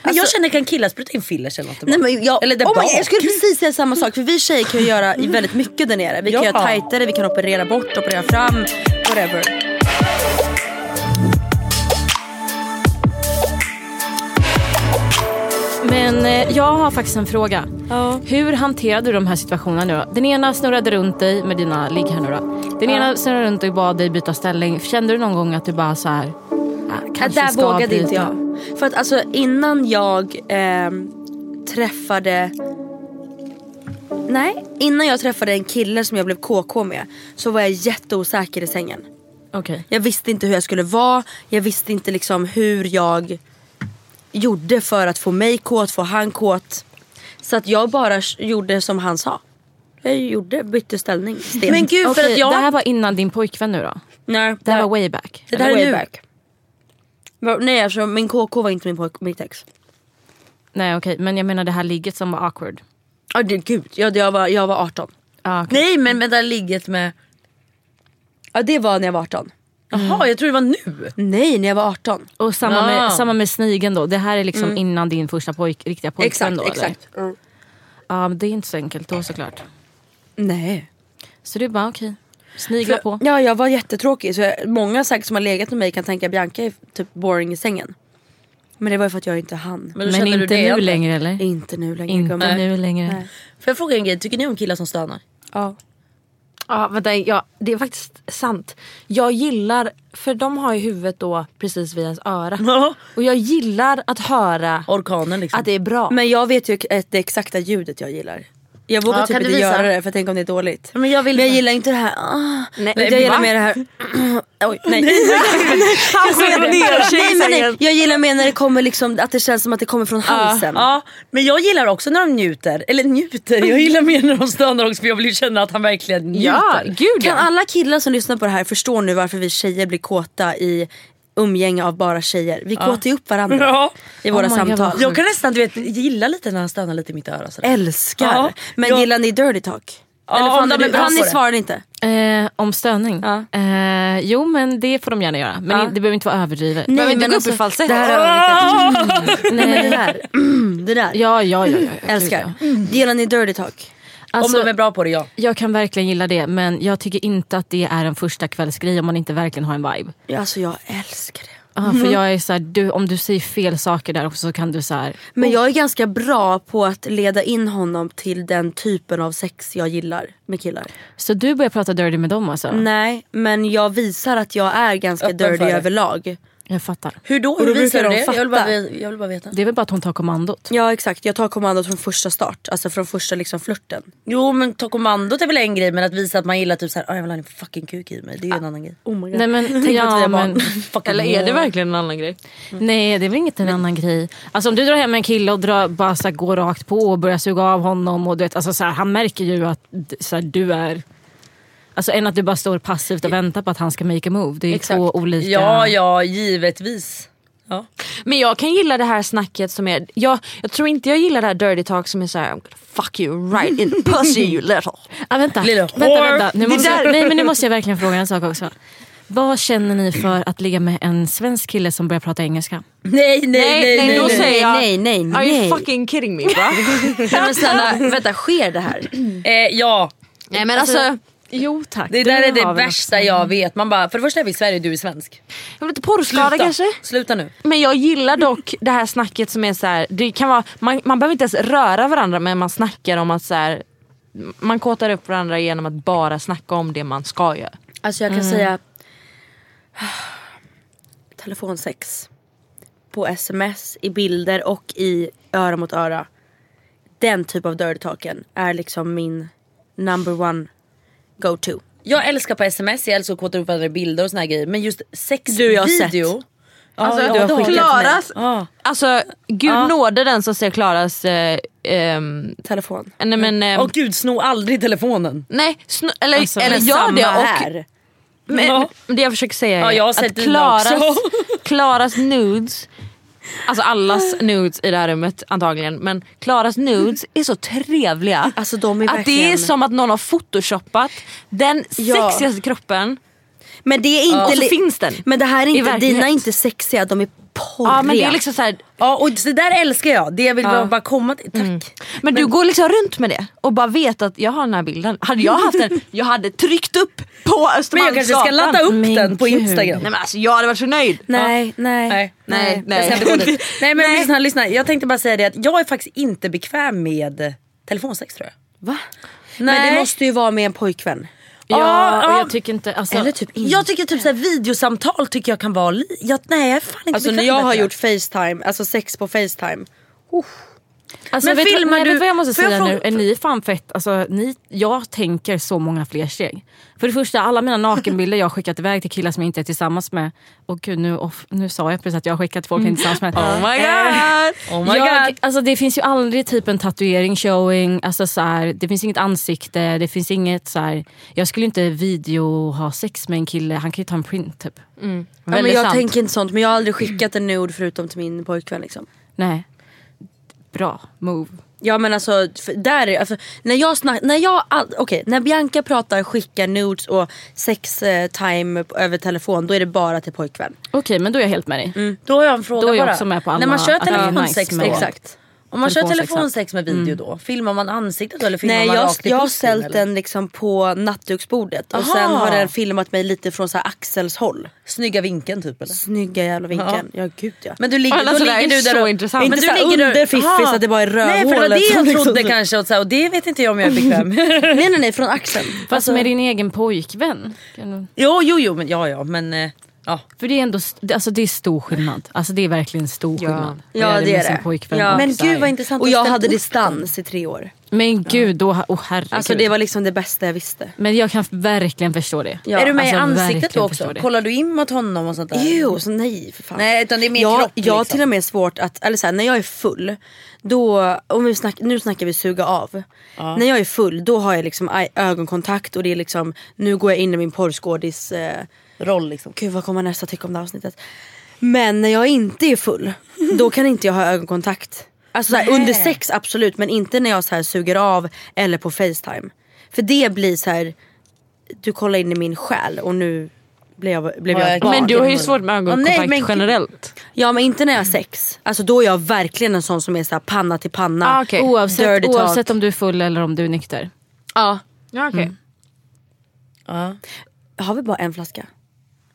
Speaker 1: Men jag känner kan killar spruta in fillers eller något? i
Speaker 4: Nej,
Speaker 1: barn?
Speaker 4: men jag,
Speaker 1: Eller det
Speaker 4: oh my,
Speaker 1: bak.
Speaker 4: jag skulle precis säga samma sak för vi tjejer kan ju göra i väldigt mycket där nere. Vi kan
Speaker 1: Ja.
Speaker 4: göra tajtare, vi kan operera bort, operera fram, whatever.
Speaker 2: Men eh, jag har faktiskt en fråga. Hur hanterade du de här situationerna nu då? Den ena snurrade runt dig med dina ligg här nu då. Den ena snurrade runt dig och bad dig byta ställning. Kände du någon gång att du bara så här... "Ah,
Speaker 4: Ja,
Speaker 2: kanske
Speaker 4: där
Speaker 2: ska
Speaker 4: vågade
Speaker 2: byta."
Speaker 4: inte jag. För att alltså innan jag ehm, träffade Nej, innan jag träffade en kille som jag blev KK med så var jag jätteosäker i sängen.
Speaker 2: Okej.
Speaker 4: Jag visste inte hur jag skulle vara. Jag visste inte liksom hur jag gjorde för att få mig kåt, få han kåt. Så att jag bara s- gjorde som han sa. Jag gjorde, bytte ställning. Sten.
Speaker 1: Men gud för
Speaker 2: Okej,
Speaker 1: att jag...
Speaker 2: Det här var innan din pojkvän nu då?
Speaker 4: nej,
Speaker 2: Det här var way back?
Speaker 4: det där är
Speaker 1: way
Speaker 4: nu.
Speaker 1: back.
Speaker 4: Va- Nej alltså min KK var inte min pojk, mitt ex.
Speaker 2: Nej okej, men jag menar det här ligget som var awkward.
Speaker 4: Ja det, gud, jag, jag, var, jag var 18.
Speaker 2: Ah, okej.
Speaker 1: Nej men vänta, ligget med...
Speaker 4: Ja det var när jag var 18.
Speaker 1: Jaha, jag tror det var nu.
Speaker 4: Nej när jag var 18.
Speaker 2: Och samma,
Speaker 1: Ah.
Speaker 2: med, samma med snigen då. Det här är liksom innan din första pojk, riktiga pojkvän
Speaker 4: Mm. Exakt,
Speaker 2: då? Eller?
Speaker 4: exakt. Mm.
Speaker 2: Ja, men det är inte så enkelt då såklart.
Speaker 4: Nej.
Speaker 2: Så du bara okej, snigla på.
Speaker 4: Ja jag var jättetråkig så jag, många säkert som har legat med mig kan tänka att Bianca är typ boring i sängen. Men det var ju för att jag inte hann.
Speaker 1: då
Speaker 2: Men
Speaker 1: känner du
Speaker 2: inte
Speaker 1: det
Speaker 2: nu
Speaker 1: ändå?
Speaker 2: längre eller?
Speaker 4: Inte nu längre
Speaker 2: inte
Speaker 4: gumman.
Speaker 2: nu längre.
Speaker 4: Nej.
Speaker 1: Får jag fråga en grej, tycker ni om killar som stönar?
Speaker 4: Ja.
Speaker 3: Ja, vänta, ja, det är faktiskt sant. Jag gillar, för de har ju huvudet då precis vid ens öra.
Speaker 1: Ja.
Speaker 3: Och jag gillar att höra
Speaker 1: Orkanen liksom.
Speaker 3: att det är bra.
Speaker 4: Men jag vet ju att det exakta ljudet jag gillar. Jag vågar
Speaker 1: Ja,
Speaker 4: typ
Speaker 1: kan du
Speaker 4: inte
Speaker 1: visa?
Speaker 4: göra det för tänk om det är dåligt.
Speaker 1: Men jag vill-
Speaker 4: men jag gillar inte det här. Ah.
Speaker 3: Nej,
Speaker 4: Utan jag gillar
Speaker 3: va?
Speaker 4: mer det här. (clears throat) Oj,
Speaker 1: (laughs)
Speaker 4: nej.
Speaker 3: Han skjuter ner sig
Speaker 4: nej,
Speaker 3: i
Speaker 4: men nej.
Speaker 3: sängen.
Speaker 4: Jag gillar mer när det kommer liksom, att det känns som att det
Speaker 1: Ah,
Speaker 4: kommer från halsen.
Speaker 1: Ja, men jag gillar också när de njuter. Eller njuter, jag gillar mer när de stönar också för jag vill ju känna att han verkligen njuter.
Speaker 3: Ja, gud
Speaker 4: Kan
Speaker 3: ja.
Speaker 4: alla killar som lyssnar på det här förstå nu varför vi tjejer blir kåta i umgänge av bara tjejer? Vi kåtar ju upp varandra
Speaker 1: Ah. (laughs) Ja.
Speaker 4: i våra
Speaker 2: Oh my God, vad
Speaker 4: samtal.
Speaker 2: sjukt.
Speaker 4: Jag
Speaker 1: Jag kan nästan du vet, gilla lite när han stönar lite i mitt öra. Sådär.
Speaker 4: älskar.
Speaker 1: Ja.
Speaker 4: Men
Speaker 1: Jag-
Speaker 4: gillar ni dirty talk?
Speaker 1: Ja,
Speaker 4: Eller fan,
Speaker 1: om de
Speaker 4: du-
Speaker 1: är bra
Speaker 4: han
Speaker 1: på det.
Speaker 4: svarade inte.
Speaker 2: Eh, om stöning?
Speaker 4: Ja.
Speaker 2: Eh, jo men det får de gärna göra. Men det behöver inte vara överdrivet.
Speaker 4: Nej,
Speaker 3: Behöver inte
Speaker 4: men
Speaker 3: gå upp i
Speaker 4: alltså,
Speaker 3: falsett.
Speaker 4: Det här har jag inte.
Speaker 1: (laughs)
Speaker 4: Nej, men det där.
Speaker 1: Mm.
Speaker 4: Det där.
Speaker 2: Ja, ja, ja. ja, ja
Speaker 4: Mm, Älskar. Gillar ni dirty talk?
Speaker 2: Alltså,
Speaker 1: Om de är bra på det, ja.
Speaker 2: Jag kan verkligen gilla det men jag tycker inte att det är en första kvällsgrej om man inte verkligen har en vibe.
Speaker 4: Ja, Alltså jag älskar det.
Speaker 2: Ja, för jag är så här, du, om du säger fel saker där också så kan du så här,
Speaker 4: Men jag är ganska bra på att leda in honom till den typen av sex jag gillar med killar.
Speaker 2: Så du börjar prata dirty med dem alltså?
Speaker 4: Nej, men jag visar att jag är ganska
Speaker 1: Öppen
Speaker 4: dirty
Speaker 1: för det.
Speaker 4: överlag.
Speaker 2: Jag fattar.
Speaker 1: Hur då?
Speaker 4: då
Speaker 1: Hur visar du det?
Speaker 4: brukar de
Speaker 1: Jag vill, bara,
Speaker 4: fatta.
Speaker 1: ve- jag vill bara veta.
Speaker 2: Det är väl bara att hon tar kommandot?
Speaker 4: Ja exakt, jag tar kommandot från första start. Alltså från första liksom flörten.
Speaker 1: Jo men ta kommandot är väl en grej men att visa att man gillar typ såhär, "Ah, jag vill ha en fucking kuk i mig. Det är ju en annan grej.
Speaker 4: Oh my God.
Speaker 2: Nej men,
Speaker 4: att vi
Speaker 2: ja,
Speaker 4: har barn. (laughs)
Speaker 2: (laughs) men
Speaker 1: Fucking
Speaker 3: Eller är det
Speaker 1: yeah.
Speaker 3: verkligen en annan grej?
Speaker 2: Mm. nej det är väl inget en annan grej. Alltså om du drar hem en kille och drar, bara så här, går rakt på och börjar suga av honom och du vet, alltså, så här, han märker ju att d- så här, du är... Alltså än att du bara står passivt och väntar på att han ska make a move. Det är ju två olika...
Speaker 1: Ja, ja, givetvis. Ja.
Speaker 3: Men jag kan gilla det här snacket som är, jag, jag tror inte jag gillar det här dirty talk som är såhär I'm gonna fuck you right in the pussy you little.
Speaker 2: Ah, vänta,
Speaker 1: Lilla
Speaker 2: vänta,
Speaker 1: whore.
Speaker 2: vänta. Nu
Speaker 1: Det
Speaker 2: måste,
Speaker 1: där-
Speaker 2: jag, nej, men nu måste jag verkligen fråga en sak också. Vad känner ni för att ligga med en svensk kille som börjar prata engelska?
Speaker 1: Nej, nej, nej. nej, nej,
Speaker 3: då
Speaker 4: nej,
Speaker 3: säger jag
Speaker 4: nej, nej,
Speaker 3: Are
Speaker 4: nej.
Speaker 3: you fucking kidding me bra?
Speaker 4: Nej, men snälla, vänta sker
Speaker 1: (clears throat)
Speaker 4: det här?
Speaker 1: Eh, ja,
Speaker 3: Nej men alltså,
Speaker 2: Jo tack.
Speaker 1: det där är
Speaker 2: har
Speaker 1: det
Speaker 2: vi något.
Speaker 1: värsta jag vet. Man bara, för det första är vi i Sverige du är svensk.
Speaker 3: jag blir lite porrskadad kanske?
Speaker 1: Sluta nu.
Speaker 3: Men jag gillar dock det här snacket som är så här, det kan vara, man, man behöver inte ens röra varandra men man snackar om att så här, man kåtar upp varandra genom att bara snacka om det man ska göra.
Speaker 4: Alltså jag kan säga (sighs) telefonsex på sms, i bilder och i öra mot öra. Den typ av dirty talken är liksom min number one go to.
Speaker 1: Jag älskar på sms, jag älskar att kåta upp varandra i bilder och såna här grejer. Men just
Speaker 4: Du, jag har
Speaker 1: sexvideo
Speaker 3: Alltså,
Speaker 1: ja, du har
Speaker 3: då-
Speaker 1: skickat till mig.
Speaker 3: Klaras,
Speaker 1: Ja.
Speaker 3: alltså gud
Speaker 1: Ja.
Speaker 3: nåde den som ser Klaras... Eh, ehm,
Speaker 4: Telefon.
Speaker 3: nej men... ehm,
Speaker 1: Åh gud, sno aldrig telefonen.
Speaker 3: nej, snu, eller,
Speaker 2: Alltså,
Speaker 3: eller
Speaker 2: men
Speaker 3: gör
Speaker 4: Samma
Speaker 3: det och
Speaker 4: här.
Speaker 3: Eh, Men
Speaker 1: Ja.
Speaker 3: det jag försöker säga är
Speaker 1: Ja, jag har sett
Speaker 3: att
Speaker 1: dina
Speaker 3: Klaras,
Speaker 1: också.
Speaker 3: (laughs)
Speaker 1: (laughs)
Speaker 3: Klaras nudes, alltså allas nudes i det här rummet antagligen, men Klaras nudes är så trevliga.
Speaker 4: Alltså, de är
Speaker 3: att det är
Speaker 4: verkligen-
Speaker 3: som att någon har photoshoppat den
Speaker 4: Ja.
Speaker 3: sexigaste kroppen.
Speaker 4: Men det är inte...
Speaker 3: Och så
Speaker 4: li-
Speaker 3: finns den.
Speaker 4: Men det här är
Speaker 3: I
Speaker 4: inte,
Speaker 3: verklighet.
Speaker 4: dina är inte sexiga, de är porriga.
Speaker 3: Ja, men det är liksom så här,
Speaker 1: Ja och det där älskar jag, det vill jag bara komma till. Tack.
Speaker 3: men, du går liksom runt med det och bara vet att jag har den här bilden. Hade jag
Speaker 1: (laughs)
Speaker 3: haft den, jag hade tryckt upp på
Speaker 1: Men jag kanske ska
Speaker 3: Östermalmsgatan.
Speaker 1: ladda upp
Speaker 2: Men
Speaker 1: den på
Speaker 2: gud.
Speaker 1: Instagram.
Speaker 3: Nej men alltså jag hade varit så nöjd.
Speaker 4: Nej, nej,
Speaker 1: Nej,
Speaker 3: nej, nej.
Speaker 1: Jag ska inte gå
Speaker 4: (laughs)
Speaker 1: dit. nej men lyssna, lyssna, jag tänkte bara säga det att jag är faktiskt inte bekväm med telefonsex tror jag.
Speaker 4: Va? Men det måste ju vara med en pojkvän.
Speaker 2: Ja,
Speaker 1: Ja,
Speaker 2: och
Speaker 1: ja.
Speaker 2: jag tycker inte... Alltså,
Speaker 4: Eller typ inte.
Speaker 1: Jag tycker typ så här, videosamtal tycker jag kan vara li- jag, Nej jag är fan inte
Speaker 4: Alltså när
Speaker 1: bekväm
Speaker 4: jag
Speaker 1: med
Speaker 4: har
Speaker 1: det.
Speaker 4: gjort facetime, alltså sex på facetime.
Speaker 2: Alltså,
Speaker 1: Men
Speaker 2: vet,
Speaker 1: filmar
Speaker 2: nej,
Speaker 1: du-
Speaker 2: vet vad jag måste
Speaker 1: får jag
Speaker 2: säga nu?
Speaker 1: fråga-
Speaker 2: Är ni fan fett? Alltså, ni, jag tänker så många fler steg. För det första, alla mina nakenbilder jag har skickat iväg till killar som jag inte är tillsammans med. Och gud, nu, off, nu sa jag precis att jag har skickat folk jag inte är tillsammans med.
Speaker 3: Oh my god.
Speaker 1: Oh my
Speaker 2: jag,
Speaker 1: god.
Speaker 2: Alltså, det finns ju aldrig typ en tatuering showing. Alltså, så här, det finns inget ansikte. Det finns inget så här, Jag skulle inte video ha sex med en kille. Han kan ju ta en print typ.
Speaker 4: Ja, men
Speaker 3: Väldigt
Speaker 4: jag
Speaker 3: sant.
Speaker 4: tänker inte sånt men jag har aldrig skickat en nude förutom till min pojkvän liksom.
Speaker 2: Nej. Bra move.
Speaker 4: Ja men alltså, för där är, alltså när jag snack, när jag, all, okej, när Bianca pratar skicka nudes och sex eh, time p- över telefon då är det bara till pojkvän.
Speaker 2: Okej, men då är jag helt med dig.
Speaker 1: Då har jag en fråga
Speaker 2: Då är jag
Speaker 1: bara.
Speaker 2: också med på alla-
Speaker 1: när man kör
Speaker 2: att det är
Speaker 1: telefonsex
Speaker 2: nice
Speaker 1: då?
Speaker 2: med-
Speaker 4: Exakt.
Speaker 1: Om man kör
Speaker 2: Telefonsex,
Speaker 1: telefonsex Mm. med video då, filmar man ansiktet då, eller filmar
Speaker 4: Nej
Speaker 1: man
Speaker 4: jag,
Speaker 1: rakt i
Speaker 4: jag har
Speaker 1: pussen,
Speaker 4: ställt
Speaker 1: eller?
Speaker 4: den liksom på nattduksbordet och
Speaker 1: Aha.
Speaker 4: sen har den filmat mig lite från så här axels håll.
Speaker 1: Snygga vinkeln typ eller?
Speaker 4: Snygga jävla vinkeln. Ja, gud ja.
Speaker 1: Men du ligger,
Speaker 3: Alla
Speaker 1: då
Speaker 3: sådär
Speaker 1: ligger du
Speaker 3: är
Speaker 1: där
Speaker 3: så
Speaker 1: och,
Speaker 3: intressant.
Speaker 1: Men
Speaker 4: Inte
Speaker 1: du
Speaker 4: så här
Speaker 1: ligger där-
Speaker 4: underfiffis,
Speaker 1: Aha.
Speaker 4: att det bara är
Speaker 1: Nej för det var
Speaker 4: rövhålet
Speaker 1: det jag
Speaker 4: som (laughs) liksom-
Speaker 1: trodde kanske och, så här, och det vet inte jag om jag är bekväm med. (laughs)
Speaker 4: nej nej nej från axeln.
Speaker 2: Fast med din egen pojkvän. Kan du-
Speaker 1: jo jo jo men ja ja men eh, ja.
Speaker 2: För det är ändå st- alltså det är stor skillnad. Alltså det är verkligen stor skillnad.
Speaker 4: Ja,
Speaker 2: Att göra
Speaker 4: det
Speaker 2: med
Speaker 4: är
Speaker 2: sin
Speaker 4: det.
Speaker 2: Pojkvän
Speaker 4: Ja.
Speaker 2: och
Speaker 4: Men
Speaker 2: så här.
Speaker 4: gud vad intressant
Speaker 2: Och
Speaker 4: Och
Speaker 2: jag...
Speaker 4: jag hade distans i tre år.
Speaker 2: Men gud, då, oh, herregud.
Speaker 4: Alltså det var liksom det bästa jag visste.
Speaker 2: Men jag kan verkligen förstå det.
Speaker 4: Ja,
Speaker 1: är du med i
Speaker 2: alltså,
Speaker 1: ansiktet då
Speaker 2: verkligen
Speaker 1: också?
Speaker 2: förstår det.
Speaker 1: Kollar du in mot honom och sånt där?
Speaker 4: Jo, så nej för fan.
Speaker 1: Nej, utan det är mer
Speaker 4: jag,
Speaker 1: kropp,
Speaker 4: Jag har
Speaker 1: liksom.
Speaker 4: till och med svårt att, eller så här, när jag är full, då, om vi snack, nu snackar vi suga av. När jag är full då har jag liksom ej- ögonkontakt och det är liksom, nu går jag in i min porrskådis, eh,
Speaker 1: Roll liksom.
Speaker 4: gud vad kommer nästa tycka om det här avsnittet. Men när jag inte
Speaker 1: (laughs)
Speaker 4: är full, då kan inte jag ha ögonkontakt. Alltså så här, under sex absolut men inte när jag så här, suger av eller på facetime. För det blir så här, du kollar in i min själ och nu blev jag, blev
Speaker 1: Har
Speaker 4: jag
Speaker 1: jag
Speaker 4: ett barn.
Speaker 3: Men du har ju svårt med ögonkontakt
Speaker 1: nej, men gud.
Speaker 3: generellt.
Speaker 4: Ja men inte när jag har sex. Alltså då är jag verkligen en sån som är så här panna till panna.
Speaker 3: Ah, okej.
Speaker 2: Oavsett,
Speaker 4: Dirty talk.
Speaker 2: oavsett om du är full eller om du är nykter.
Speaker 4: Ja.
Speaker 3: Ja, okej.
Speaker 4: Har vi bara en flaska?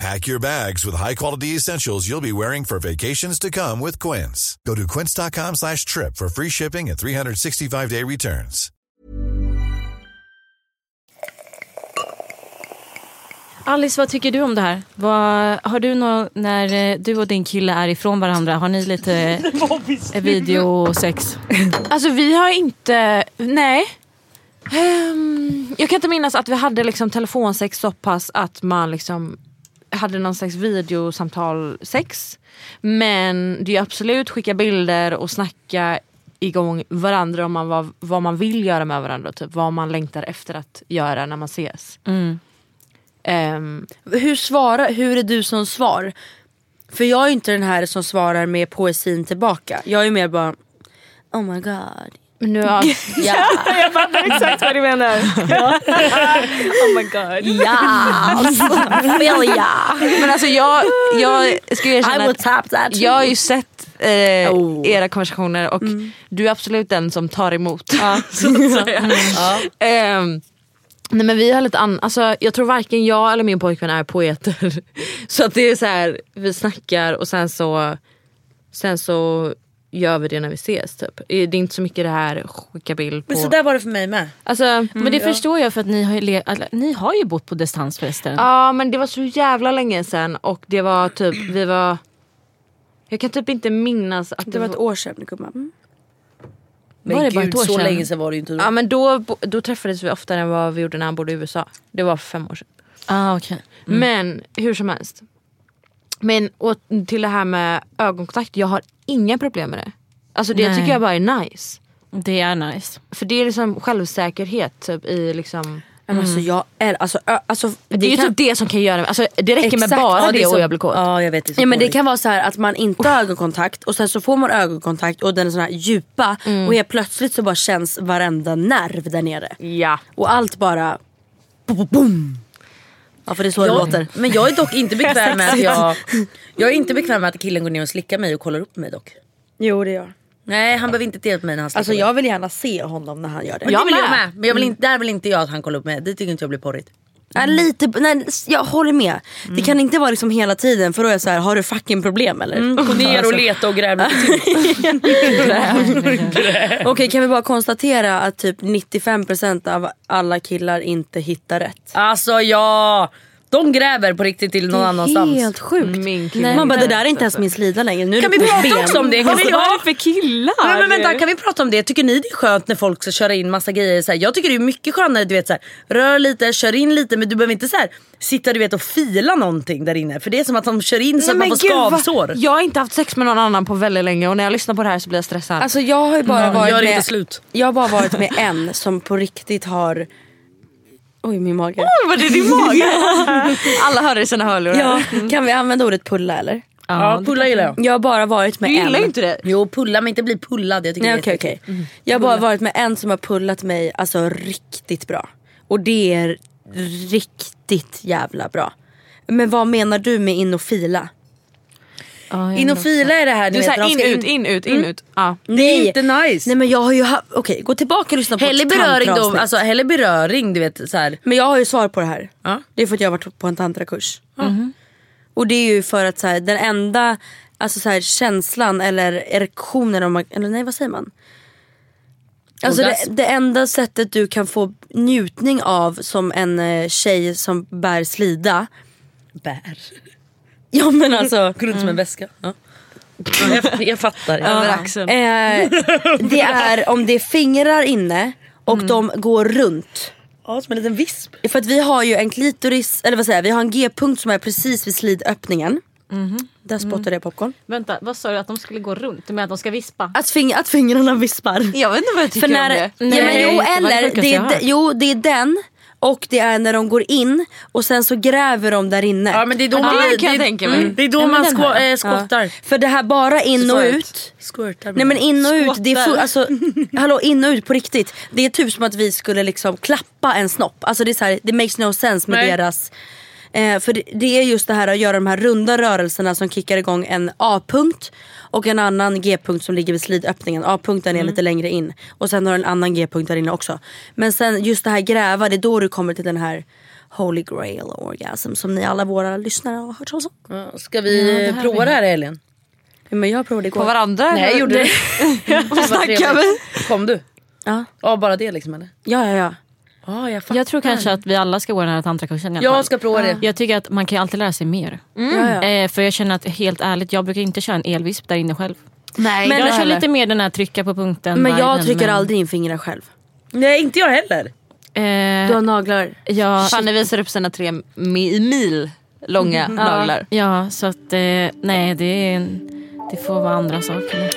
Speaker 5: Pack your bags with high-quality essentials you'll be wearing for vacations to come with Quince. Go to quince.com slash trip for free shipping and 365-day returns.
Speaker 2: Alice, vad tycker du om det här? Vad, har du nå, när eh, du och din kille är ifrån varandra, har ni lite (laughs) eh, videosex?
Speaker 3: Alltså vi har inte, nej.
Speaker 1: Mm.
Speaker 3: Ehm, jag kan inte minnas att vi hade liksom telefonsex så pass att man liksom hade någon slags videosamtal sex. Men det är absolut skicka bilder och snacka igång varandra om man, vad, vad man vill göra med varandra. Typ vad man längtar efter att göra när man
Speaker 4: Mm.
Speaker 3: ses. Ehm,
Speaker 4: Hur, svara, hur är du som svar? För jag är inte den här som svarar med poesin tillbaka. Jag är mer bara Oh my god.
Speaker 3: Men nu har...
Speaker 4: (laughs) Ja.
Speaker 2: Jag fattar exakt vad du menar. oh my
Speaker 3: Mm.
Speaker 2: god.
Speaker 4: Ja. Vill jag.
Speaker 3: Men alltså jag, jag ska
Speaker 4: I
Speaker 3: erkänna
Speaker 4: will
Speaker 3: att
Speaker 4: tap that.
Speaker 3: jag har ju sett eh,
Speaker 4: Oh.
Speaker 3: era konversationer och
Speaker 1: Mm.
Speaker 3: du är absolut den som tar emot. (laughs) så att säga. Ehm, nej men vi har lite an- alltså, jag tror varken jag eller min pojkvän är poeter. (laughs) så att det är så här, vi snackar och sen så, sen så gör vi det när vi ses. Typ. Det är inte så mycket det här skicka bild på.
Speaker 1: Men så där var det för mig med. Mm,
Speaker 3: alltså,
Speaker 2: Men det förstår jag för att ni har ju, le- eller, ni har ju bott på distans förresten.
Speaker 3: Ja men det var så jävla länge sedan och det var typ, vi var... Jag kan typ inte minnas att
Speaker 4: Det var ett år sedan Mm. gumman.
Speaker 1: Men
Speaker 2: Var det
Speaker 1: gud,
Speaker 2: bara ett år
Speaker 1: så
Speaker 2: sedan?
Speaker 1: länge sedan var det ju inte.
Speaker 3: Ja men då, bo- då träffades vi oftare än vad vi gjorde när han bodde i USA. Det var för fem år sedan.
Speaker 2: Ah, okej.
Speaker 3: Men hur som helst. Men och till det här med ögonkontakt, jag har inga problem med det. Alltså det
Speaker 2: Nej.
Speaker 3: tycker jag bara är nice.
Speaker 2: Det är nice.
Speaker 3: För det är liksom självsäkerhet typ i liksom
Speaker 4: Mm. Alltså jag är, alltså, ö, alltså,
Speaker 3: det, är ju typ det som kan göra alltså, det räcker med
Speaker 4: Exakt.
Speaker 3: bara
Speaker 4: Ja,
Speaker 3: det,
Speaker 4: är
Speaker 3: och
Speaker 4: så-
Speaker 3: jag blir kåt.
Speaker 1: Ja jag vet. Det är så
Speaker 4: Ja men det
Speaker 1: dåligt.
Speaker 4: kan vara så här att man inte har ögonkontakt och sen så får man ögonkontakt och den är sån här djupa
Speaker 3: Mm.
Speaker 4: och helt plötsligt så bara känns varenda nerv där nere.
Speaker 3: Ja.
Speaker 4: Och allt bara... bo- bo- Boom! Ja för det är så det
Speaker 1: jag,
Speaker 4: låter.
Speaker 1: Men jag är dock inte bekväm
Speaker 3: (laughs)
Speaker 1: med att jag... Jag är inte bekväm med att killen går ner och slickar mig och kollar upp mig dock.
Speaker 4: (laughs) Jo det gör
Speaker 1: Nej han behöver inte titta på mig när han slickar
Speaker 4: Alltså
Speaker 1: mig.
Speaker 4: jag vill gärna se honom när han gör
Speaker 1: Men
Speaker 4: det.
Speaker 1: det
Speaker 3: Jag
Speaker 1: vill jag
Speaker 3: med.
Speaker 1: med. Mm. Men jag vill inte, där vill inte jag att han kollar upp mig. Det tycker inte jag blir porrigt.
Speaker 4: Ja, lite, nej, jag håller med. Det kan inte vara liksom hela tiden för då är jag så här, har du fucking problem eller?
Speaker 1: Gå Mm, ner
Speaker 4: Alltså.
Speaker 1: och leta och gräv (laughs) lite till.
Speaker 4: Okej kan vi bara konstatera att typ 95% av alla killar inte hittar rätt.
Speaker 1: Alltså ja! De gräver på riktigt till någon annanstans.
Speaker 4: Helt sjukt.
Speaker 3: Min kille.
Speaker 4: Man bara det där är inte ens min slida längre. Nu är
Speaker 1: Kan
Speaker 4: det
Speaker 1: vi
Speaker 4: på
Speaker 1: prata
Speaker 4: ben.
Speaker 1: också om det? Kan vi, ja.
Speaker 3: för killar?
Speaker 1: Nej, men vänta, kan vi prata om det? Tycker ni det är skönt när folk ska köra in massa grejer? Så här, jag tycker det är mycket skönare du vet så här, rör lite, kör in lite men du behöver inte så här, sitta du vet, och fila någonting där inne. För det är som att de kör in så att man får skavsår.
Speaker 3: Jag har inte haft sex med någon annan på väldigt länge och när jag lyssnar på det här (laughs) så blir jag stressad.
Speaker 4: Alltså jag har ju bara varit
Speaker 1: gör
Speaker 4: med,
Speaker 1: Mm. inte slut.
Speaker 4: Jag har bara varit med en som på riktigt har Oj min mage.
Speaker 3: Oj, vad det är din mage? (laughs) Alla hör det i sina hörlurar.
Speaker 4: Ja, kan vi använda ordet pulla eller?
Speaker 1: ja, pulla gillar jag.
Speaker 4: Jag har bara varit med
Speaker 3: Du
Speaker 4: en.
Speaker 3: gillar ju inte det.
Speaker 1: Jo pulla men inte bli pullad. Jag tycker
Speaker 4: Nej,
Speaker 1: det är
Speaker 4: okej, okej.
Speaker 1: Mm.
Speaker 4: Jag har bara varit med en som har pullat mig alltså, riktigt bra. Och det är riktigt jävla bra. Men vad menar du med in och fila?
Speaker 1: In och fila är det här
Speaker 3: Du
Speaker 1: ni
Speaker 3: är
Speaker 1: vet. när
Speaker 3: såhär
Speaker 1: de
Speaker 3: in,
Speaker 1: ska
Speaker 3: ut, in, ut, in, ut. Ja.
Speaker 1: Det är inte nice.
Speaker 4: Nej men jag har ju haft, okej gå tillbaka och lyssna på
Speaker 1: Hellre
Speaker 4: ett
Speaker 1: beröring då,
Speaker 4: tantravsnitt.
Speaker 1: alltså hellre beröring du vet så här.
Speaker 4: Men jag har ju svar på det här.
Speaker 1: Ja.
Speaker 4: Det är för att jag har varit på en tantrakurs. Och det är ju för att så här, den enda alltså, så här, känslan eller erektionen, om man, eller nej vad säger man? Alltså det,
Speaker 1: Orgasm.
Speaker 4: det enda sättet du kan få njutning av som en eh, tjej som bär slida.
Speaker 1: Bär.
Speaker 4: Ja men alltså.
Speaker 1: Går runt som en väska. Ja. Jag, jag fattar.
Speaker 4: Ja.
Speaker 3: axeln.
Speaker 4: Eh, det är om det är fingrar inne och de går runt.
Speaker 1: Ja, som en liten visp.
Speaker 4: För att vi har ju en klitoris, eller vad säger jag, vi har en g-punkt som är precis vid slidöppningen. Där spottade jag popcorn.
Speaker 2: Vänta, vad sa du att de skulle gå runt? Du menar att de ska vispa?
Speaker 4: Att, fing- att fingrarna vispar.
Speaker 3: Jag vet inte vad jag tycker
Speaker 4: För när,
Speaker 3: om det.
Speaker 4: ja, men,
Speaker 2: Nej,
Speaker 4: jo,
Speaker 2: det var det
Speaker 4: eller,
Speaker 2: sjukaste
Speaker 4: det
Speaker 2: jag
Speaker 4: är,
Speaker 2: har
Speaker 4: de-
Speaker 2: hört.
Speaker 4: jo det är den och det är när de går in och sen så gräver de där inne.
Speaker 1: Ja, men det är då
Speaker 3: Ja,
Speaker 1: man,
Speaker 3: det kan jag tänka mig.
Speaker 1: Det är då
Speaker 2: Ja, men
Speaker 1: man
Speaker 2: den
Speaker 1: skå,
Speaker 2: här.
Speaker 1: eh, skottar.
Speaker 4: För det här bara in och
Speaker 1: Sorry.
Speaker 4: ut.
Speaker 1: Squirtar.
Speaker 4: Nej men in och ut, det är
Speaker 1: Skottar.
Speaker 4: fu- alltså, (laughs) hallå in och ut på riktigt. Det är typ som att vi skulle liksom klappa en snopp. Alltså det är så här, det makes no sense med
Speaker 1: Nej.
Speaker 4: deras... Eh, för det, det är just det här att göra de här runda rörelserna som kickar igång en A-punkt och en annan G-punkt som ligger vid slidöppningen. A-punkten är lite längre in och sen har du en annan G-punkt där inne också. Men sen just det här gräva, det är då du kommer till den här Holy Grail orgasm som ni alla våra lyssnare har hört talas om.
Speaker 1: Ja, Ska vi eh, prova det här i helgen?
Speaker 4: Men jag provade
Speaker 3: På
Speaker 4: igår. (laughs)
Speaker 3: varandra?
Speaker 1: Nej jag gjorde det. Vad snackar vi? Kom du?
Speaker 4: Ja.
Speaker 1: Ja bara det liksom eller?
Speaker 4: Ja, ja, ja.
Speaker 1: Ja jag fattar.
Speaker 2: Jag tror kanske att vi alla ska gå den här tantrakursen i alla fall.
Speaker 1: Jag ska prova det.
Speaker 2: Jag tycker att man kan ju alltid lära sig mer.
Speaker 4: Mm.
Speaker 2: Eh, för jag känner att helt ärligt, jag brukar inte köra en elvisp där inne själv.
Speaker 3: Nej,
Speaker 2: Men jag,
Speaker 4: jag
Speaker 2: kör
Speaker 4: heller.
Speaker 2: lite mer den här trycka på punkten.
Speaker 4: Men jag
Speaker 2: viben,
Speaker 4: trycker
Speaker 2: men-
Speaker 4: aldrig in fingrar själv.
Speaker 1: Nej inte jag heller.
Speaker 4: Du har
Speaker 2: Eh,
Speaker 4: naglar.
Speaker 2: ja,
Speaker 3: Fanny visar upp sina tre mi- mil långa naglar.
Speaker 2: ja, så att eh, nej det, är en, det får vara andra saker.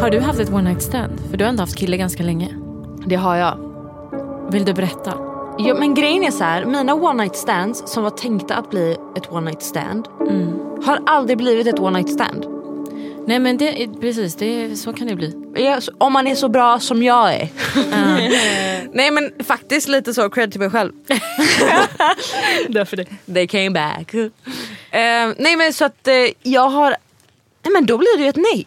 Speaker 2: Har du haft ett one night stand? För du har ändå haft kille ganska länge.
Speaker 3: Det har jag.
Speaker 2: Vill du berätta?
Speaker 3: Ja, men grejen är så här, mina one night stands som var tänkta att bli ett one night stand har aldrig blivit ett one night stand.
Speaker 2: Nej men det, är- precis, det, är- så kan det bli.
Speaker 3: Jag- Om man är så bra som jag är. (laughs) Nej men faktiskt lite så, cred till mig (laughs) själv.
Speaker 2: Därför det.
Speaker 3: They came back. Eh, nej men så att eh, jag har, nej men då blir det ju ett nej.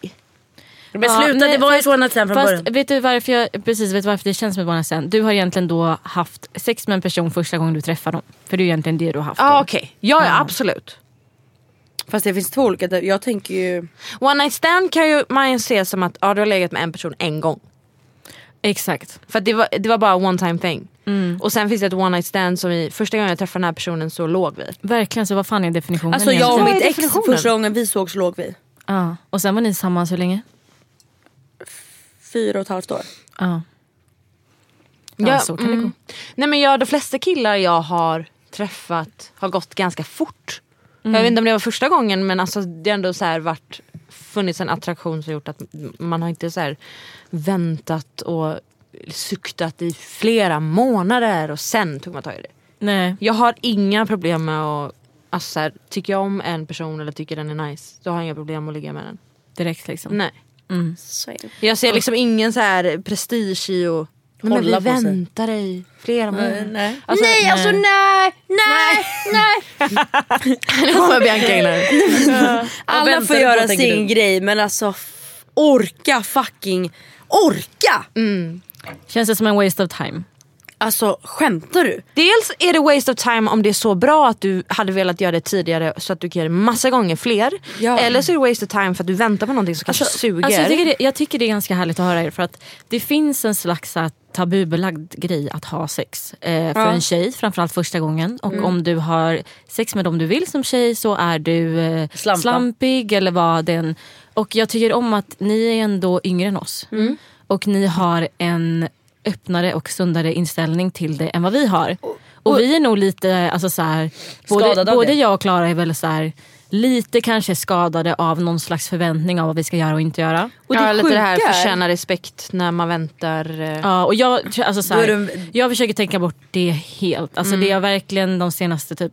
Speaker 1: Men sluta, det var ju ett one night stand från
Speaker 2: Fast
Speaker 1: början.
Speaker 2: vet du varför, jag, precis, vet du varför det känns som ett one night stand? Du har egentligen då haft sex med en person första gången du träffar dem. För det är ju egentligen det du har haft.
Speaker 3: Ja
Speaker 2: då.
Speaker 3: okej, ja, ja absolut.
Speaker 4: Fast det finns två olika, typer. jag tänker ju...
Speaker 3: One night stand kan ju man ju se som att ja, du har legat med en person en gång.
Speaker 2: Exakt. Mm.
Speaker 3: För att det, var, det var bara one time thing. Och sen finns det ett one night stand som i, första gången jag träffade den här personen så låg vi.
Speaker 2: Verkligen, så vad fan är definitionen
Speaker 4: Alltså jag och
Speaker 2: egentligen?
Speaker 4: mitt
Speaker 3: Vad är
Speaker 4: ex
Speaker 3: definitionen?
Speaker 4: första gången vi sågs låg vi.
Speaker 2: Ja. Och sen var ni tillsammans hur länge?
Speaker 4: Fyra och ett halvt år.
Speaker 2: Ja. Mm. Ja, så kan det gå.
Speaker 3: mm. Nej men jag, de flesta killar jag har träffat har gått ganska fort.
Speaker 2: Mm.
Speaker 3: Jag vet inte om det var första gången men alltså, det har ändå så här varit, funnits en attraktion som gjort att m- man har inte så här väntat och suktat i flera månader och sen tog man tag i det.
Speaker 2: Nej.
Speaker 3: Jag har inga problem med att alltså, så här, tycker jag om en person eller tycker den är nice då har jag inga problem att ligga med den.
Speaker 2: Direkt liksom.
Speaker 3: Nej.
Speaker 4: Så är det.
Speaker 3: Jag ser liksom ingen så här prestige i att
Speaker 1: men
Speaker 3: hålla
Speaker 1: vi
Speaker 3: på sig. väntar dig flera månader.
Speaker 1: Nej.
Speaker 3: Alltså,
Speaker 4: Nej alltså nej, nej, nej. (laughs)
Speaker 3: Nu kommer Bianca in här.
Speaker 4: Alla
Speaker 1: väntar
Speaker 4: får
Speaker 1: du på,
Speaker 4: göra
Speaker 1: tänker
Speaker 4: sin grej men alltså f- orka fucking orka.
Speaker 1: Mm.
Speaker 2: Känns det som en waste of time?
Speaker 4: Alltså skämtar du?
Speaker 3: Dels är det waste of time om det är så bra att du hade velat göra det tidigare så att du kan göra det massa gånger fler.
Speaker 4: Ja.
Speaker 3: Eller så är det waste of time för att du väntar på någonting som kanske suger.
Speaker 2: Alltså jag, tycker det, jag tycker det är ganska härligt att höra er för att det finns en slags så här, tabubelagd grej att ha sex eh, för en tjej, framförallt första gången. Och om du har sex med dem du vill som tjej så är du eh,
Speaker 1: Slampa.
Speaker 2: slampig eller vad den... Och jag tycker om att ni är ändå yngre än oss. Och ni har en öppnare och sundare inställning till det än vad vi har. Och vi är nog lite, alltså så här, både,
Speaker 1: Skadade av
Speaker 2: både
Speaker 1: det.
Speaker 2: jag och Klara är väl så här, lite kanske skadade av någon slags förväntning av vad vi ska göra och inte göra.
Speaker 3: och det, ja, lite det här
Speaker 4: sjuka är-
Speaker 3: förtjäna respekt när man väntar. eh,
Speaker 2: Ja, och jag, tror- alltså, så
Speaker 1: Då är
Speaker 2: här,
Speaker 1: det-
Speaker 2: jag försöker tänka bort det helt. Alltså, Det är verkligen de senaste, typ,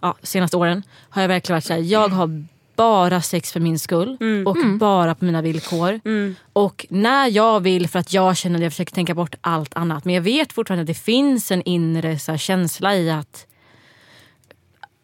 Speaker 2: ja, senaste åren har jag verkligen varit så här, jag har bara sex för min skull och bara på mina villkor. Och när jag vill för att jag känner det, jag försöker tänka bort allt annat. Men jag vet fortfarande att det finns en inre så här, känsla i att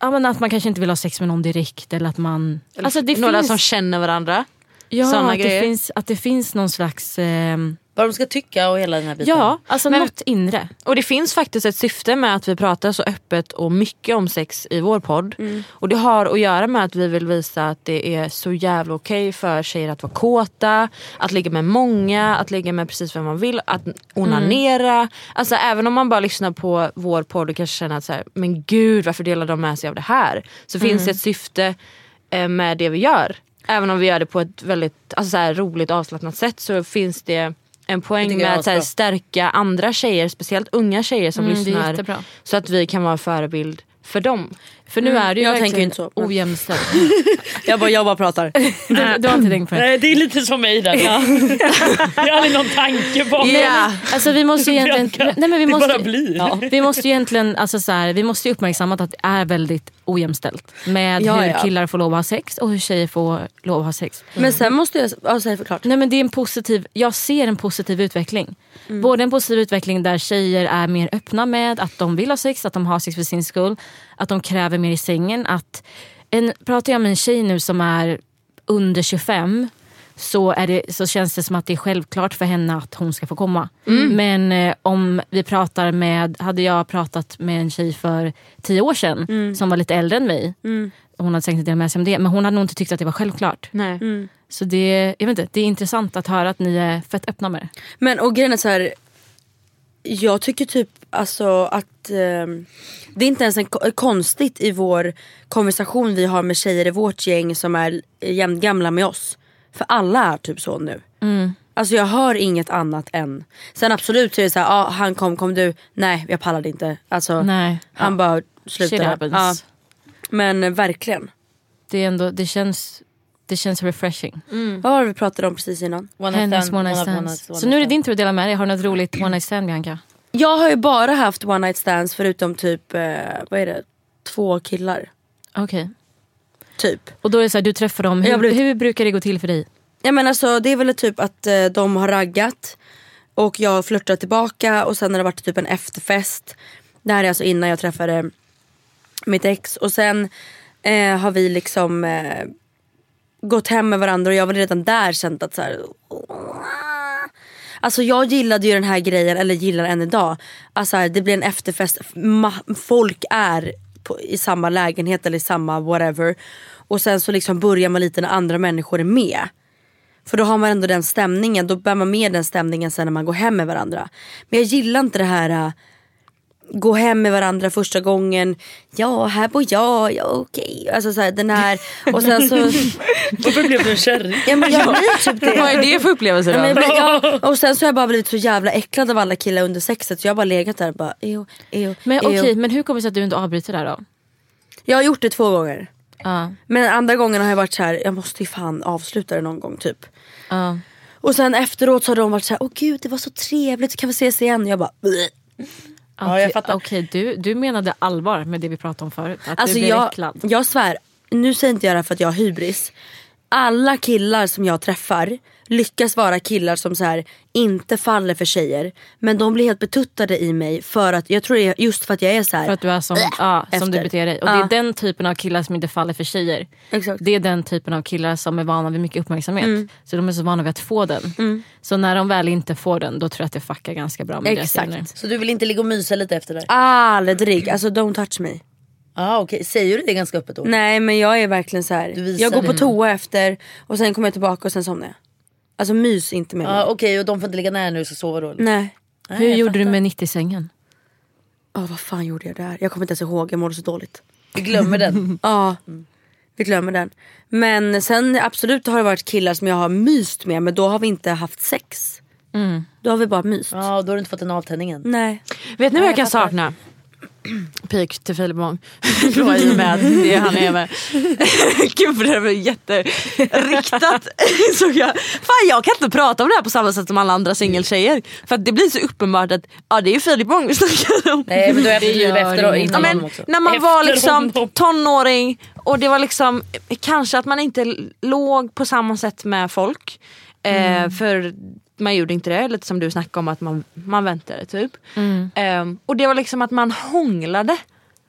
Speaker 2: Ja, men att man kanske inte vill ha sex med någon direkt. Eller att man... Alltså det
Speaker 3: några
Speaker 2: finns,
Speaker 3: som känner varandra. såna
Speaker 2: ja, att det
Speaker 3: grejer.
Speaker 2: finns, att det finns någon slags... ehm,
Speaker 1: Vad de ska tycka och hela den här biten.
Speaker 2: ja, alltså
Speaker 3: Men-
Speaker 2: något inre.
Speaker 3: Och det finns faktiskt ett syfte med att vi pratar så öppet och mycket om sex i vår podd.
Speaker 2: Mm.
Speaker 3: Och det har att göra med att vi vill visa att det är så jävla okej för tjejer att vara kåta, att ligga med många, att ligga med precis vem man vill, att onanera.
Speaker 2: Mm.
Speaker 3: Alltså även om man bara lyssnar på vår podd och kanske känner att så här, men gud varför delar de med sig av det här? Så
Speaker 2: Mm.
Speaker 3: finns det ett syfte eh, med det vi gör. Även om vi gör det på ett väldigt alltså så här, roligt avslappnat sätt så finns det en poäng
Speaker 1: tycker det
Speaker 3: med
Speaker 1: är
Speaker 3: att så här,
Speaker 1: asbra.
Speaker 3: stärka andra tjejer, speciellt unga tjejer som
Speaker 2: Mm, det är
Speaker 3: lyssnar.
Speaker 2: jättebra.
Speaker 3: Så att vi kan vara en förebild för dem. Mm,
Speaker 2: För nu är det ju
Speaker 4: jag
Speaker 2: verkligen
Speaker 4: tänker ju inte så, men-
Speaker 3: (laughs)
Speaker 2: ojämställt.
Speaker 1: Jag, bara, jag bara pratar.
Speaker 2: Du, du har inte tänkt på det?
Speaker 1: Nej, Eh, det är lite som mig där. (laughs) Jag har aldrig någon tanke på
Speaker 3: Ja.
Speaker 2: Alltså, vi måste ju egentligen... Nej, men vi
Speaker 1: Det
Speaker 2: måste,
Speaker 1: bara blir.
Speaker 2: Ja, vi måste ju egentligen alltså, så här, vi måste ju uppmärksamma att det är väldigt ojämställt. Med
Speaker 4: Ja,
Speaker 2: hur
Speaker 4: ja.
Speaker 2: killar får lov att ha sex och hur tjejer får lov att ha sex.
Speaker 4: Men sen måste jag, ja säg förklart.
Speaker 2: Nej, men det är en positiv, jag ser en positiv utveckling. Både en positiv utveckling där tjejer är mer öppna med att de vill ha sex, att de har sex för sin skull. Att de kräver mer i sängen. Att en, pratar jag med en tjej nu som är under 25 så, är det, så känns det som att det är självklart för henne att hon ska få komma. Men eh, om vi pratar med, hade jag pratat med en tjej för 10 år sedan som var lite äldre än mig. Hon hade säkert inte delat med sig om det men hon hade nog inte tyckt att det var självklart.
Speaker 3: Nej.
Speaker 2: Så det, jag vet inte, det är intressant att höra att ni är fett öppna med det.
Speaker 4: Men och grejen är så här. Jag tycker typ alltså att ehm, det är inte ens en, ko- konstigt i vår konversation vi har med tjejer i vårt gäng som är jämnt gamla med oss. För alla är typ så nu.
Speaker 2: Mm.
Speaker 4: Alltså jag hör inget annat än. Sen absolut så är det så här, ah, han kom, kom du? Nej jag pallade inte. Alltså
Speaker 2: Nej.
Speaker 4: han bara
Speaker 2: Shit
Speaker 4: slutade.
Speaker 2: happens.
Speaker 4: Ja. Men eh, verkligen.
Speaker 2: Det, är ändå, det, känns, det känns refreshing.
Speaker 4: Vad var det vi pratade om precis innan?
Speaker 1: One
Speaker 2: Hennes one night stands. Så nu är det din tur att dela med dig. Har du något roligt one night stand Bianca?
Speaker 4: Jag har ju bara haft one night stands förutom typ, eh, vad är det, två killar.
Speaker 2: Okej.
Speaker 4: Typ.
Speaker 2: Och då är det så här, du träffar dem. Hur,
Speaker 4: Jag blir-
Speaker 2: hur brukar det gå till för dig?
Speaker 4: Jag menar så, det är väl typ att eh, de har raggat och jag har flörtat tillbaka och sen har det varit typ en efterfest. Det här är alltså innan jag träffade mitt ex och sen eh, har vi liksom eh, gått hem med varandra och jag var redan där känt att så här. Alltså jag gillade ju den här grejen, eller gillar än idag. Alltså här, det blir en efterfest, ma- folk är på, i samma lägenhet eller i samma whatever. Och sen så liksom börjar man lite när andra människor är med. För då har man ändå den stämningen, då bär man med den stämningen sen när man går hem med varandra. Men jag gillar inte det här äh, gå hem med varandra första gången, ja här bor jag, ja okej. Alltså så här, den här, och sen så,
Speaker 1: (laughs) Varför blev du en kärring?
Speaker 4: ja men jag blir typ det.
Speaker 3: Vad är det för upplevelse då?
Speaker 4: Nej, men jag blir- ja, och sen så har jag bara blivit så jävla äcklad av alla killar under sexet så jag har bara legat där och bara ew, ew,
Speaker 2: Men okej,
Speaker 4: ew.
Speaker 2: men hur kommer det sig att du inte avbryter där då?
Speaker 4: Jag har gjort det två gånger.
Speaker 2: Ja.
Speaker 4: Men andra gången har jag varit så här, jag måste ju fan avsluta det någon gång typ.
Speaker 2: ja.
Speaker 4: Och sen efteråt så har de varit så här, åh gud det var så trevligt, kan vi ses igen? Jag bara "Bleh."
Speaker 1: Ja, jag fattar.
Speaker 2: Okej, du, du menade allvar med det vi pratade om förut. Att
Speaker 4: Alltså
Speaker 2: du blev
Speaker 4: jag,
Speaker 2: äcklad.
Speaker 4: jag svär, nu säger inte jag det här för att jag har hybris. Alla killar som jag träffar lyckas vara killar som så här inte faller för tjejer. Men de blir helt betuttade i mig för att, jag tror det är just för att jag är så här.
Speaker 2: För att du är som, ja, som du
Speaker 4: Efter.
Speaker 2: beter dig. Och
Speaker 4: Ja.
Speaker 2: det är den typen av killar som inte faller för tjejer.
Speaker 4: Exakt.
Speaker 2: Det är den typen av killar som är vana vid mycket uppmärksamhet. Så de är så vana vid att få den. Så när de väl inte får den då tror jag att det fuckar ganska bra med
Speaker 4: Exakt.
Speaker 2: deras
Speaker 1: Så du vill inte ligga och mysa lite efter det? Ja
Speaker 4: Aldrig, alltså don't touch me.
Speaker 1: ah, okej, säger du det ganska öppet då?
Speaker 4: Nej men jag är verkligen så här.
Speaker 1: Du visar
Speaker 4: jag går på
Speaker 1: det.
Speaker 4: toa efter och sen kommer jag tillbaka och sen somnar jag. Alltså mys inte med mig.
Speaker 1: Ja, okej, och de får inte ligga nära när du ska sova då? eller?
Speaker 4: Nej.
Speaker 1: Nej,
Speaker 2: Hur
Speaker 1: jag
Speaker 2: gjorde du
Speaker 1: fattar.
Speaker 2: med 90-sängen?
Speaker 4: Åh vad fan gjorde jag där? Jag kommer inte ens ihåg, jag mådde så dåligt.
Speaker 1: Vi glömmer den.
Speaker 4: Ja,
Speaker 3: Mm.
Speaker 4: vi glömmer den. Men sen absolut har det varit killar som jag har myst med men då har vi inte haft sex.
Speaker 3: Mm.
Speaker 4: Då har vi bara myst.
Speaker 1: Ja, då har du inte fått den avtändningen.
Speaker 4: Nej.
Speaker 3: Vet ni vad jag kan sakna? (clears throat) Pik till Filip (laughs) Mång. Då i och med att det är han är med. (laughs) Gud för det här var jätteriktat. (laughs) Såg jag. Fan jag kan inte prata om det här på samma sätt som alla andra singeltjejer. För att det blir så uppenbart att (laughs) ja, det är ju Filip Mång vi snackar om.
Speaker 1: Nej, men du är efter liv
Speaker 2: gör
Speaker 1: efter och
Speaker 2: ingenting.
Speaker 1: innan
Speaker 3: Ja, men,
Speaker 1: honom också.
Speaker 3: när man
Speaker 1: Efter
Speaker 3: var liksom
Speaker 1: honom.
Speaker 3: tonåring och det var liksom eh, kanske att man inte l- låg på samma sätt med folk.
Speaker 1: Mm.
Speaker 3: Eh, för man gjorde inte det, lite som du snackade om att man, man väntade typ.
Speaker 1: Mm.
Speaker 3: Eh, och det var liksom att man hånglade.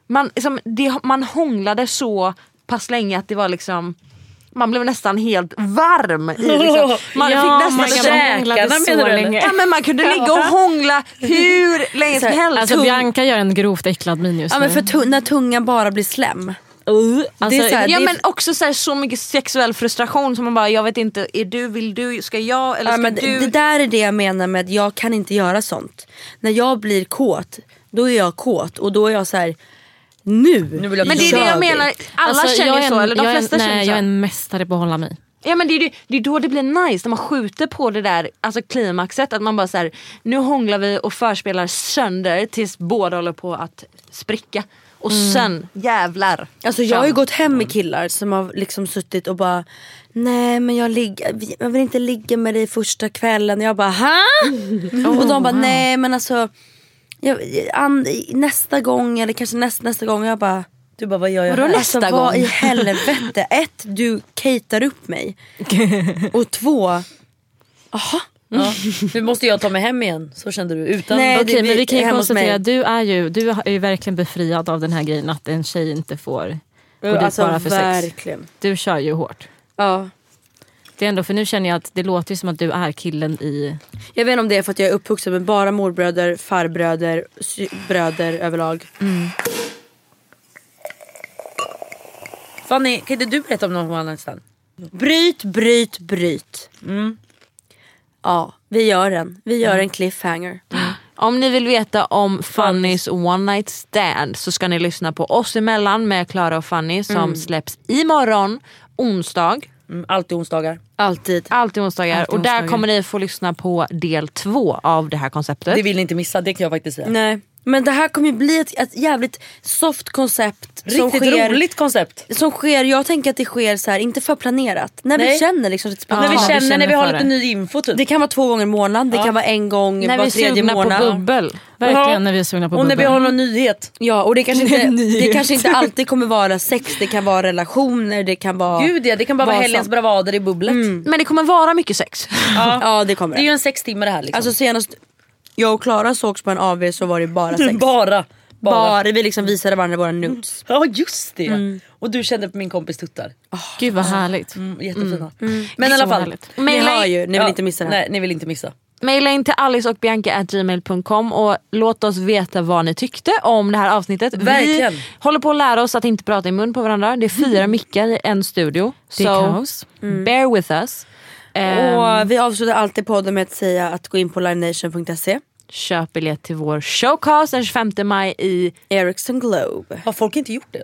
Speaker 3: Man, liksom, det, man hånglade så pass länge att det var liksom man blev nästan helt varm. I, liksom. Man
Speaker 1: my
Speaker 3: fick nästan
Speaker 1: God.
Speaker 3: så-
Speaker 1: käkarna menar du, eller?
Speaker 3: Ja, men man kunde ligga och hångla hur länge som helst.
Speaker 2: Alltså Bianca gör en grovt äcklad min just
Speaker 4: Ja
Speaker 2: nu.
Speaker 4: men för tu- när tungan bara blir slem.
Speaker 2: Alltså,
Speaker 4: det är så här,
Speaker 3: Uh, Ja
Speaker 4: det är
Speaker 3: men också så, här, så mycket sexuell frustration som man bara, jag vet inte, är du, vill du, ska jag eller
Speaker 4: Ja,
Speaker 3: ska
Speaker 4: men
Speaker 3: du?
Speaker 4: Det där är det jag menar med att jag kan inte göra sånt. När jag blir kåt, då är jag kåt och då är jag så här. Nu! nu
Speaker 1: vill jag
Speaker 3: men det är det jag menar, alla
Speaker 2: Alltså,
Speaker 3: känner
Speaker 2: jag är
Speaker 3: ju så,
Speaker 2: en-
Speaker 3: eller de
Speaker 2: jag är en-
Speaker 3: flesta
Speaker 2: nej,
Speaker 3: känner så.
Speaker 2: Jag är en mästare på att hålla mig.
Speaker 3: Ja men det är, det, det är då det blir nice, när man skjuter på det där alltså klimaxet, att man bara så här, nu hånglar vi och förspelar sönder tills båda håller på att spricka. Och
Speaker 2: Mm.
Speaker 3: sen, jävlar.
Speaker 4: Alltså jag har ju gått hem med killar som har liksom suttit och bara Nej men jag, ligger, jag vill inte ligga med dig första kvällen. Jag bara ha? och de bara nej men alltså jag, an, nästa gång eller kanske näst, nästa gång. Jag bara
Speaker 1: Du bara, vad gör jag
Speaker 4: Vadå
Speaker 1: här?
Speaker 4: nästa alltså, Vad i helvete? Ett, du caterar upp
Speaker 2: (laughs)
Speaker 4: mig. Och två,
Speaker 1: Ja. (laughs) Nu måste jag ta mig hem igen. Så kände du. Utan...
Speaker 4: Nej,
Speaker 2: Okej
Speaker 4: det
Speaker 2: men vi
Speaker 4: blir
Speaker 2: kan ju
Speaker 4: hemma hos
Speaker 2: konstatera
Speaker 4: mig.
Speaker 2: att du är ju, du är ju verkligen befriad av den här grejen att en tjej inte får gå dit bara för sex.
Speaker 4: Alltså, verkligen.
Speaker 2: Du kör ju hårt.
Speaker 4: Ja.
Speaker 2: Det är ändå, för nu känner jag att det låter ju som att du är killen i...
Speaker 4: Jag vet inte om det är för att jag är uppvuxen med bara morbröder, farbröder, sy- bröder överlag.
Speaker 2: Mm.
Speaker 1: Fanny, kan inte du berätta om någon one night stand?
Speaker 4: Bryt, bryt, bryt.
Speaker 2: Mm.
Speaker 4: Ja, vi gör den. Vi gör en cliffhanger.
Speaker 3: Om ni vill veta om Fannys one night stand så ska ni lyssna på oss emellan med Klara och Fanny som
Speaker 2: Mm.
Speaker 3: släpps imorgon onsdag.
Speaker 1: Mm, alltid onsdagar.
Speaker 4: Alltid.
Speaker 3: Alltid onsdagar.
Speaker 2: Alltid
Speaker 3: och där
Speaker 2: onsdagar.
Speaker 3: kommer ni få lyssna på del två av det här konceptet.
Speaker 1: Det vill ni inte missa, det kan jag faktiskt säga.
Speaker 4: Nej. Men det här kommer ju bli ett, ett jävligt soft koncept. som
Speaker 1: Riktigt
Speaker 4: sker,
Speaker 1: roligt koncept.
Speaker 4: Som sker, jag tänker att det sker så här, inte för planerat. När vi
Speaker 1: Nej.
Speaker 4: känner liksom lite
Speaker 1: när vi
Speaker 4: spontant.
Speaker 1: känner, när vi
Speaker 2: känner
Speaker 1: har
Speaker 2: för
Speaker 1: lite
Speaker 2: det.
Speaker 1: ny info typ.
Speaker 4: Det kan vara två gånger i månaden, det kan vara en gång
Speaker 2: När vi
Speaker 4: var
Speaker 2: är
Speaker 4: tredje
Speaker 2: sugna på
Speaker 4: månad.
Speaker 2: bubbel. Verkligen
Speaker 1: Ja.
Speaker 2: när vi är sugna på
Speaker 1: och när
Speaker 2: bubbel.
Speaker 1: vi har någon nyhet.
Speaker 4: Ja och
Speaker 1: (laughs)
Speaker 4: det kanske, inte,
Speaker 2: Nyhet.
Speaker 4: det kanske inte alltid kommer vara sex, det kan vara relationer, det kan vara...
Speaker 1: Gud ja, det kan bara vara
Speaker 4: Vad
Speaker 1: helgens
Speaker 4: sant.
Speaker 1: bravader i bubblet.
Speaker 3: Men det kommer vara mycket sex.
Speaker 1: Ja.
Speaker 4: Ja det kommer
Speaker 1: Det är ju en sex timmar det här liksom.
Speaker 4: Alltså senast jag och Klara sågs på en AV så var det bara sex.
Speaker 1: bara. Bara.
Speaker 4: Bara vi liksom visade varandra våra nudes.
Speaker 1: Ja just det. Och du kände på min kompis tuttar.
Speaker 2: Gud vad härligt.
Speaker 1: Mm, jättefina. Men i alla
Speaker 2: Så
Speaker 1: fall.
Speaker 2: härligt.
Speaker 4: Ni
Speaker 3: Maila
Speaker 4: hör
Speaker 3: in,
Speaker 4: ju, ni vill
Speaker 1: Ja,
Speaker 4: inte missa det här.
Speaker 1: Nej, ni vill inte missa.
Speaker 3: maila in till aliceochbianca.gmail.com och låt oss veta vad ni tyckte om det här avsnittet.
Speaker 1: Verkligen. Mm.
Speaker 3: Vi håller på att lära oss att inte prata i mun på varandra. Det är fyra mickar i en studio.
Speaker 2: Det är kaos.
Speaker 3: bear with us. Ehm,
Speaker 4: Och vi avslutar alltid podden med att säga att gå in på livenation.se
Speaker 3: köp biljett till vår showcast den 25 maj
Speaker 1: (laughs)
Speaker 3: i...
Speaker 4: Ericsson Globe.
Speaker 1: Har folk inte gjort det?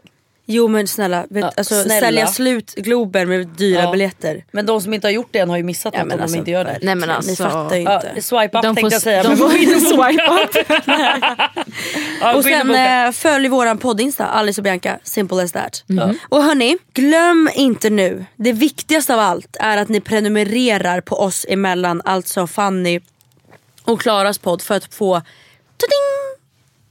Speaker 4: Jo men snälla, vet,
Speaker 1: Ja,
Speaker 4: alltså,
Speaker 1: snälla.
Speaker 4: sälja slut Globen med dyra
Speaker 1: Ja.
Speaker 4: biljetter.
Speaker 1: Men de som inte har gjort det än har ju missat något om de inte gör det.
Speaker 3: nej, men
Speaker 4: Ni
Speaker 3: alltså.
Speaker 4: fattar ju
Speaker 1: Ja,
Speaker 4: inte.
Speaker 1: swipe up
Speaker 2: De
Speaker 1: tänkte
Speaker 2: får-
Speaker 1: jag säga.
Speaker 2: de
Speaker 1: men
Speaker 2: får
Speaker 1: gå in och
Speaker 2: swipe
Speaker 1: boka. ja,
Speaker 4: Och
Speaker 1: gå in
Speaker 4: sen
Speaker 1: boka.
Speaker 4: eh, följ våran poddinsta, Alice och Bianca, simple as that. Och hörni, glöm inte nu, det viktigaste av allt är att ni prenumererar på oss emellan, alltså Fanny och Klaras podd för att få tuding,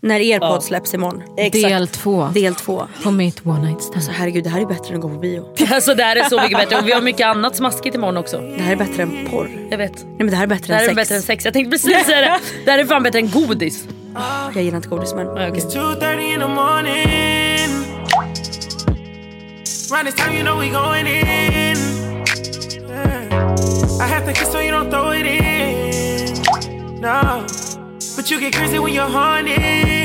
Speaker 4: när er podd släpps imorgon.
Speaker 2: Del två
Speaker 4: Del två.
Speaker 2: på mitt one night stand.
Speaker 4: Alltså herregud det här är bättre än att gå på bio.
Speaker 1: Alltså det här är så mycket bättre och vi har mycket annat smaskigt imorgon också.
Speaker 4: Det här är bättre än porr. Nej
Speaker 1: Jag vet.
Speaker 4: men det här är bättre
Speaker 1: Det här
Speaker 4: än
Speaker 1: är
Speaker 4: sex.
Speaker 1: bättre än sex. Jag tänkte precis säga det. Det här är fan bättre än godis.
Speaker 4: Ah. Jag gillar inte godis men.
Speaker 1: Ja, okej.
Speaker 6: 2.30 in the morning. Round this time, you know we going in. Yeah. I have to kiss so you don't throw it in. No, but you get crazy when you're horny.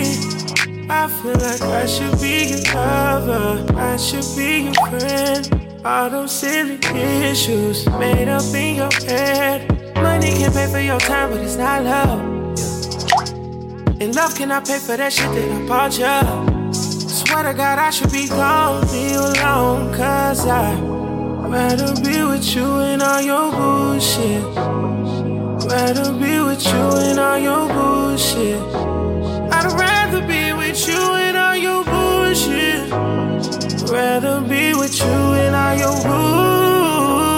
Speaker 6: I feel like I should be your lover. I should be your friend. All those silly issues made up in your head. Money can pay for your time, but it's not love. In love, can I pay for that shit that I bought ya? Swear to God, I should be gone, be alone, cause I rather be with you and all your bullshit. Rather be with you and all your bullshit. I'd rather be with you and all your bullshit. Rather be with you and all your bull.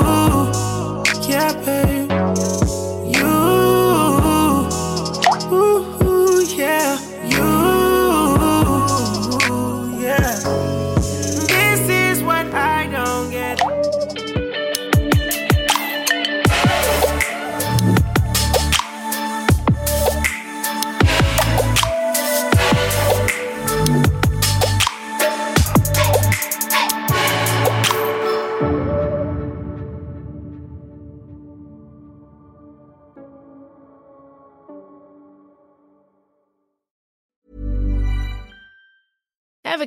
Speaker 6: You, yeah, babe. You, ooh, yeah, you, yeah. This is what I don't get.
Speaker 7: Ever